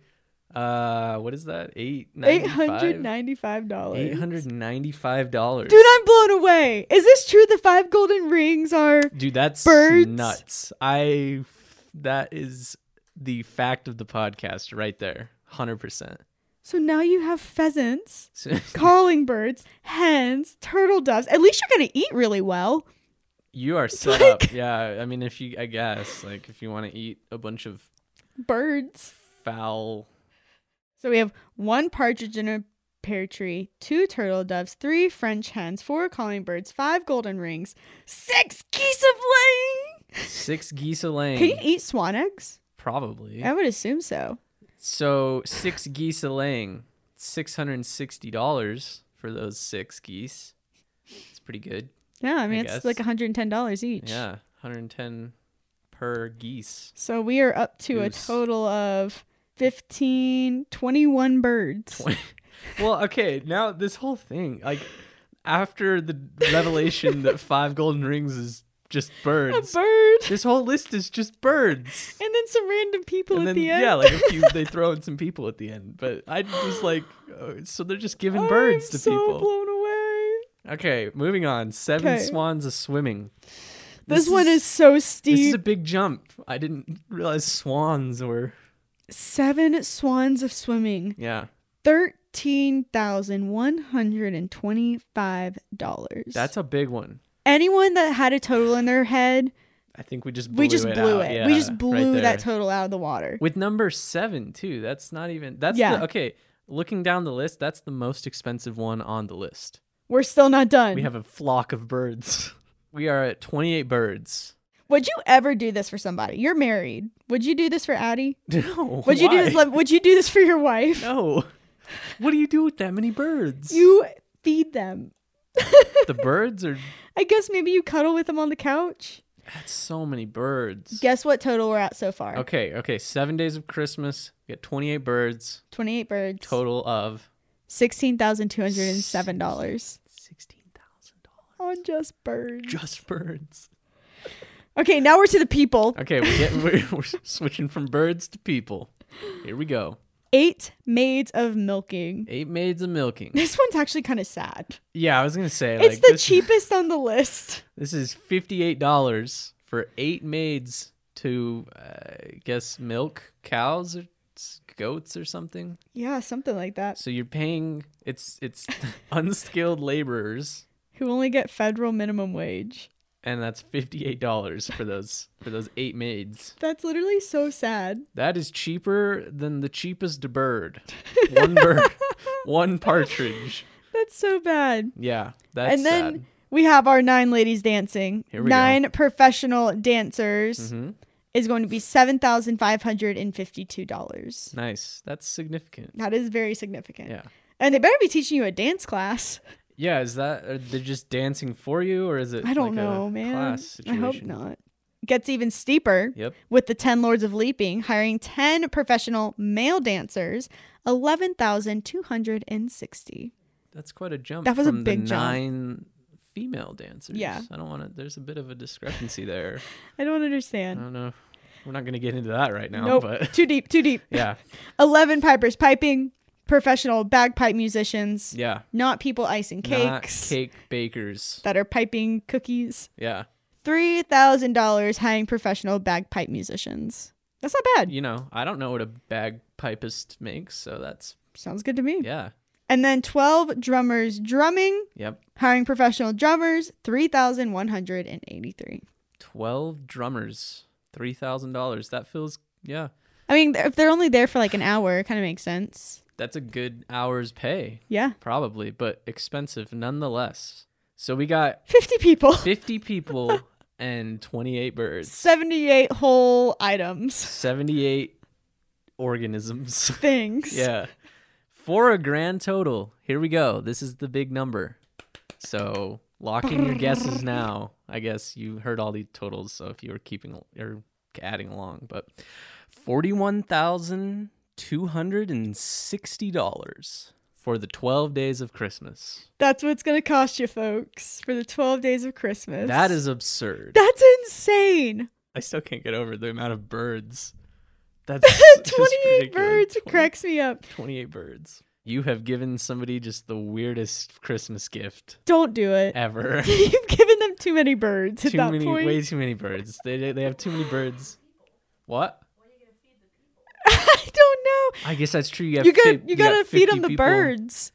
[SPEAKER 2] Uh, what is that? Eight
[SPEAKER 1] Eight hundred ninety-five dollars.
[SPEAKER 2] Eight hundred ninety-five dollars.
[SPEAKER 1] Dude, I'm blown away. Is this true? The five golden rings are.
[SPEAKER 2] Dude, that's
[SPEAKER 1] Birds.
[SPEAKER 2] nuts. I that is the fact of the podcast right there. 100%.
[SPEAKER 1] So now you have pheasants,
[SPEAKER 2] So-
[SPEAKER 1] calling birds, hens, turtle doves. At least you're gonna eat really well.
[SPEAKER 2] you are set up. Yeah, I mean if you I guess like if you want to eat a bunch of
[SPEAKER 1] Birds.
[SPEAKER 2] foul
[SPEAKER 1] So we have one partridge in a pear tree, two turtle doves, three French hens, four calling birds, five golden rings, six geese of laying.
[SPEAKER 2] six geese a laying
[SPEAKER 1] Can you eat swan eggs?
[SPEAKER 2] probably.
[SPEAKER 1] I would assume so.
[SPEAKER 2] So, 6 geese a laying. $660 for those 6 geese. It's pretty good.
[SPEAKER 1] Yeah, I mean
[SPEAKER 2] I
[SPEAKER 1] it's
[SPEAKER 2] guess.
[SPEAKER 1] like $110 each.
[SPEAKER 2] Yeah, 110 per geese.
[SPEAKER 1] So we are up to
[SPEAKER 2] Goose.
[SPEAKER 1] a total of 15, 21 birds.
[SPEAKER 2] well, okay, now this whole thing, like after the revelation that five golden rings is just
[SPEAKER 1] A
[SPEAKER 2] birds,
[SPEAKER 1] bird.
[SPEAKER 2] this whole list is just birds.
[SPEAKER 1] And then some random people
[SPEAKER 2] And
[SPEAKER 1] at
[SPEAKER 2] then
[SPEAKER 1] the end.
[SPEAKER 2] yeah, like a few they throw in some people at the end, but I was like, oh, so they're just giving birds
[SPEAKER 1] I'm
[SPEAKER 2] to
[SPEAKER 1] so
[SPEAKER 2] people.
[SPEAKER 1] blown away.
[SPEAKER 2] okay, moving on. Seven
[SPEAKER 1] 'Kay.
[SPEAKER 2] swans a swimming.
[SPEAKER 1] This, one is, so steep.
[SPEAKER 2] this is a big jump. I didn't realize swans were
[SPEAKER 1] Seven swans of swimming.
[SPEAKER 2] yeah.
[SPEAKER 1] Thirteen thousand one hundred and twenty-five dollars.
[SPEAKER 2] That's a big one.
[SPEAKER 1] anyone that had a total in their head.
[SPEAKER 2] I think we just blew
[SPEAKER 1] We just
[SPEAKER 2] it
[SPEAKER 1] blew
[SPEAKER 2] out.
[SPEAKER 1] it.
[SPEAKER 2] Yeah,
[SPEAKER 1] we just
[SPEAKER 2] right
[SPEAKER 1] blew
[SPEAKER 2] there.
[SPEAKER 1] that total out of the water.
[SPEAKER 2] with number seven too that's not even that's
[SPEAKER 1] Yeah.
[SPEAKER 2] the, okay looking down the list that's the most expensive one on the list
[SPEAKER 1] We're still not done.
[SPEAKER 2] we have a flock of birds we are at 28 birds
[SPEAKER 1] Would you ever do this for somebody? You're married. Would you do this for Addie?
[SPEAKER 2] no
[SPEAKER 1] Would you do this?
[SPEAKER 2] why?
[SPEAKER 1] like, Would you do this for your wife?
[SPEAKER 2] no what do you do with that many birds
[SPEAKER 1] You feed them.
[SPEAKER 2] the birds are
[SPEAKER 1] I guess maybe you cuddle with them on the couch.
[SPEAKER 2] that's so many birds
[SPEAKER 1] Guess what total we're at so far?
[SPEAKER 2] okay okay seven days of christmas we got 28 birds
[SPEAKER 1] 28 birds.
[SPEAKER 2] total of
[SPEAKER 1] $16,207
[SPEAKER 2] $16000
[SPEAKER 1] on just birds.
[SPEAKER 2] just birds
[SPEAKER 1] Okay, now we're to the people.
[SPEAKER 2] okay we're, getting, we're, we're switching from birds to people here we go
[SPEAKER 1] Eight maids of milking.
[SPEAKER 2] eight maids of milking
[SPEAKER 1] This one's actually kind of sad.
[SPEAKER 2] Yeah, I was gonna say
[SPEAKER 1] It's
[SPEAKER 2] like
[SPEAKER 1] the
[SPEAKER 2] this,
[SPEAKER 1] cheapest on the list.
[SPEAKER 2] This is fifty eight dollars for eight maids to, uh, I guess, milk cows or s- goats or something.
[SPEAKER 1] Yeah, something like that.
[SPEAKER 2] So you're paying it's it's unskilled laborers,
[SPEAKER 1] Who only get federal minimum wage.
[SPEAKER 2] and that's fifty eight dollars for those for those eight maids.
[SPEAKER 1] That's literally so sad.
[SPEAKER 2] That is cheaper than the cheapest bird, one bird, one partridge.
[SPEAKER 1] That's so bad.
[SPEAKER 2] Yeah, that's
[SPEAKER 1] and then
[SPEAKER 2] sad.
[SPEAKER 1] we have our nine ladies dancing.
[SPEAKER 2] Here we go. Mm-hmm.
[SPEAKER 1] nine professional dancers is going to be seven thousand five hundred and fifty-two dollars.
[SPEAKER 2] nice. That's significant.
[SPEAKER 1] That is very significant.
[SPEAKER 2] Yeah.
[SPEAKER 1] And they better be teaching you a dance class.
[SPEAKER 2] Yeah, is that are they just dancing for you, or is it?
[SPEAKER 1] I don't
[SPEAKER 2] like
[SPEAKER 1] know,
[SPEAKER 2] a
[SPEAKER 1] man.
[SPEAKER 2] Class
[SPEAKER 1] I
[SPEAKER 2] situation?
[SPEAKER 1] hope not. Gets even steeper
[SPEAKER 2] Yep.
[SPEAKER 1] with the 10 Lords of Leaping hiring 10 professional male dancers, 11,260.
[SPEAKER 2] That's quite a jump.
[SPEAKER 1] That was a
[SPEAKER 2] from
[SPEAKER 1] big
[SPEAKER 2] the
[SPEAKER 1] jump.
[SPEAKER 2] Nine female dancers.
[SPEAKER 1] Yeah.
[SPEAKER 2] I don't want to. There's a bit of a discrepancy there.
[SPEAKER 1] I don't
[SPEAKER 2] I
[SPEAKER 1] understand.
[SPEAKER 2] don't know. We're not going to get into that right now.
[SPEAKER 1] nope.
[SPEAKER 2] But
[SPEAKER 1] Too deep, too deep.
[SPEAKER 2] yeah,
[SPEAKER 1] 11 pipers piping, professional bagpipe musicians,
[SPEAKER 2] yeah.
[SPEAKER 1] not people icing
[SPEAKER 2] Not
[SPEAKER 1] cakes
[SPEAKER 2] cake bakers.
[SPEAKER 1] that are piping cookies.
[SPEAKER 2] Yeah.
[SPEAKER 1] $3,000 hiring professional bagpipe musicians. That's not bad.
[SPEAKER 2] You know, I don't know what a bagpipist makes, so that's
[SPEAKER 1] Sounds good to me.
[SPEAKER 2] yeah.
[SPEAKER 1] And then 12 drummers drumming,
[SPEAKER 2] Yep.
[SPEAKER 1] hiring professional drummers, 3,183.
[SPEAKER 2] Twelve drummers, three thousand dollars. That feels yeah.
[SPEAKER 1] I mean, if they're only there for like an hour, it kind of makes sense.
[SPEAKER 2] That's a good hour's pay.
[SPEAKER 1] Yeah.
[SPEAKER 2] Probably, but expensive nonetheless. So we got
[SPEAKER 1] 50 people,
[SPEAKER 2] 50 people and 28 birds,
[SPEAKER 1] 78 whole items,
[SPEAKER 2] 78 organisms.
[SPEAKER 1] things.
[SPEAKER 2] yeah. For a grand total. Here we go. This is the big number. So, locking your guesses now. I guess you heard all the totals, so if you were keeping or adding along, but $41,260 for the 12 days of Christmas.
[SPEAKER 1] That's what it's going to cost you, folks, for the 12 days of Christmas.
[SPEAKER 2] That is absurd.
[SPEAKER 1] That's insane.
[SPEAKER 2] I still can't get over the amount of birds That's just
[SPEAKER 1] 28
[SPEAKER 2] ridiculous.
[SPEAKER 1] birds
[SPEAKER 2] Twenty-
[SPEAKER 1] cracks me up.
[SPEAKER 2] 28 birds. You have given somebody just the weirdest Christmas gift
[SPEAKER 1] Don't do it.
[SPEAKER 2] ever.
[SPEAKER 1] You've given them too many birds at
[SPEAKER 2] too
[SPEAKER 1] that
[SPEAKER 2] many,
[SPEAKER 1] point.
[SPEAKER 2] way too many birds. They they- they have too many birds. What?
[SPEAKER 1] I don't know.
[SPEAKER 2] I guess that's true. You, have
[SPEAKER 1] You got
[SPEAKER 2] fif-
[SPEAKER 1] you gotta
[SPEAKER 2] got
[SPEAKER 1] feed
[SPEAKER 2] 50
[SPEAKER 1] them the
[SPEAKER 2] people.
[SPEAKER 1] birds.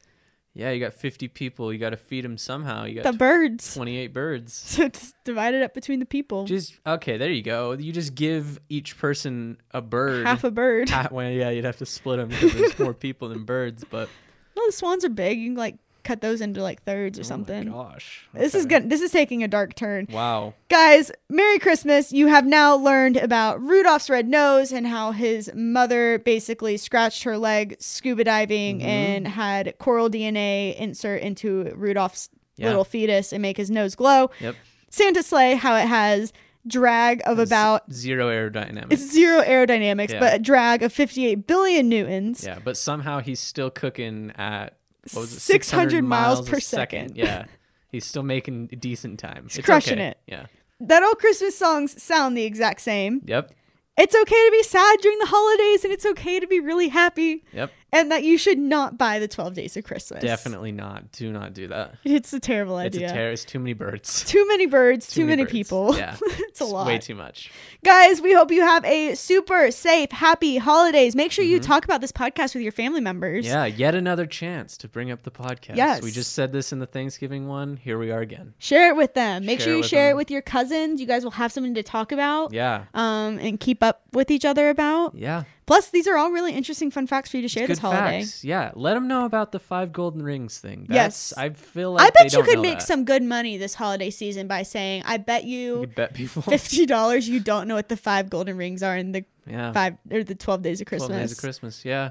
[SPEAKER 2] Yeah, you got 50 people. You got to feed them somehow. You
[SPEAKER 1] The
[SPEAKER 2] got
[SPEAKER 1] birds.
[SPEAKER 2] 28 birds.
[SPEAKER 1] So just divide it up between the people.
[SPEAKER 2] Just okay. There you go. You just give each person a bird.
[SPEAKER 1] Half a bird.
[SPEAKER 2] Ha- well, yeah, you'd have to split them because there's more people than birds. But
[SPEAKER 1] Well, the swans are big. You can like cut those into like thirds or something.
[SPEAKER 2] Oh my gosh,
[SPEAKER 1] This is
[SPEAKER 2] Okay.
[SPEAKER 1] good. This is taking a dark turn.
[SPEAKER 2] Wow.
[SPEAKER 1] Guys, Merry Christmas. You have now learned about Rudolph's red nose and how his mother basically scratched her leg scuba diving
[SPEAKER 2] Mm-hmm.
[SPEAKER 1] and had coral DNA insert into Rudolph's
[SPEAKER 2] Yeah.
[SPEAKER 1] little fetus and make his nose glow.
[SPEAKER 2] Yep.
[SPEAKER 1] Santa sleigh, how it has drag of about
[SPEAKER 2] Zero aerodynamics.
[SPEAKER 1] it's zero aerodynamics,
[SPEAKER 2] Yeah.
[SPEAKER 1] but a drag of 58 billion newtons.
[SPEAKER 2] Yeah, but somehow he's still cooking at what was it,
[SPEAKER 1] 600 miles per
[SPEAKER 2] a
[SPEAKER 1] second.
[SPEAKER 2] Yeah, he's still making decent time. It's
[SPEAKER 1] crushing
[SPEAKER 2] okay.
[SPEAKER 1] it.
[SPEAKER 2] Yeah.
[SPEAKER 1] That all Christmas songs sound the exact same.
[SPEAKER 2] Yep.
[SPEAKER 1] It's okay to be sad during the holidays and it's okay to be really happy.
[SPEAKER 2] Yep.
[SPEAKER 1] and that you should not buy the 12 days of christmas
[SPEAKER 2] Definitely not. Do not do that.
[SPEAKER 1] it's a terrible
[SPEAKER 2] It's
[SPEAKER 1] idea
[SPEAKER 2] a terror. It's too many birds.
[SPEAKER 1] too many birds too, many,
[SPEAKER 2] birds.
[SPEAKER 1] people
[SPEAKER 2] Yeah.
[SPEAKER 1] it's a lot
[SPEAKER 2] Way too much.
[SPEAKER 1] guys we hope you have a super safe happy holidays make sure you talk about this podcast with your family members
[SPEAKER 2] Mm-hmm. Yeah. Yet another chance to bring up the podcast. We
[SPEAKER 1] Yes.
[SPEAKER 2] just said this in the Thanksgiving one. Here we are again.
[SPEAKER 1] share it with them make
[SPEAKER 2] Share
[SPEAKER 1] sure
[SPEAKER 2] it
[SPEAKER 1] you
[SPEAKER 2] with
[SPEAKER 1] share it
[SPEAKER 2] them.
[SPEAKER 1] with your cousins you guys will have something to talk about
[SPEAKER 2] Yeah.
[SPEAKER 1] um and keep up with each other about
[SPEAKER 2] Yeah.
[SPEAKER 1] plus these are all really interesting fun facts for you to share this
[SPEAKER 2] Good
[SPEAKER 1] holiday
[SPEAKER 2] facts. Yeah. Let them know about the five golden rings thing.
[SPEAKER 1] Yes.
[SPEAKER 2] That's, I feel like
[SPEAKER 1] i
[SPEAKER 2] they
[SPEAKER 1] bet you
[SPEAKER 2] don't
[SPEAKER 1] could
[SPEAKER 2] know
[SPEAKER 1] make
[SPEAKER 2] that.
[SPEAKER 1] some good money this holiday season by saying i bet you
[SPEAKER 2] You could bet people.
[SPEAKER 1] fifty dollars you don't know what the five golden rings are in the
[SPEAKER 2] Yeah.
[SPEAKER 1] five or the twelve days of Christmas.
[SPEAKER 2] Twelve days of Christmas. Yeah.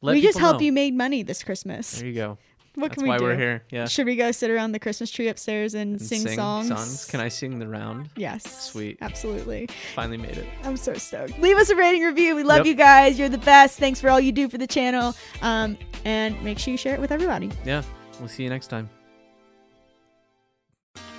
[SPEAKER 2] Let
[SPEAKER 1] we just
[SPEAKER 2] people
[SPEAKER 1] help
[SPEAKER 2] know.
[SPEAKER 1] you make money this Christmas.
[SPEAKER 2] There you go.
[SPEAKER 1] What
[SPEAKER 2] That's
[SPEAKER 1] can we
[SPEAKER 2] why
[SPEAKER 1] do?
[SPEAKER 2] we're here. Yeah.
[SPEAKER 1] Should we go sit around the Christmas tree upstairs and,
[SPEAKER 2] And
[SPEAKER 1] sing, songs?
[SPEAKER 2] Can I sing the round?
[SPEAKER 1] Yes.
[SPEAKER 2] Sweet.
[SPEAKER 1] Absolutely.
[SPEAKER 2] Finally made it.
[SPEAKER 1] I'm so stoked. Leave us a rating review. We love
[SPEAKER 2] Yep.
[SPEAKER 1] you guys. You're the best. Thanks for all you do for the channel. Um, and make sure you share it with everybody.
[SPEAKER 2] Yeah. We'll see you next time.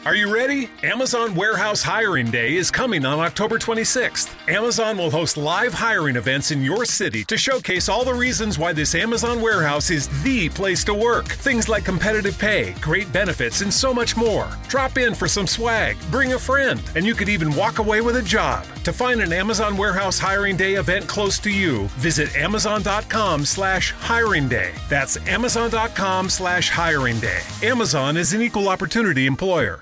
[SPEAKER 3] Are you ready? Amazon Warehouse Hiring Day is coming on October 26th. Amazon will host live hiring events in your city to showcase all the reasons why this Amazon warehouse is the place to work. Things like competitive pay, great benefits, and so much more. Drop in for some swag, bring a friend, and you could even walk away with a job. To find an Amazon Warehouse Hiring Day event close to you, visit amazon.com slash hiring day. That's amazon.com slash hiring day. Amazon is an equal opportunity employer.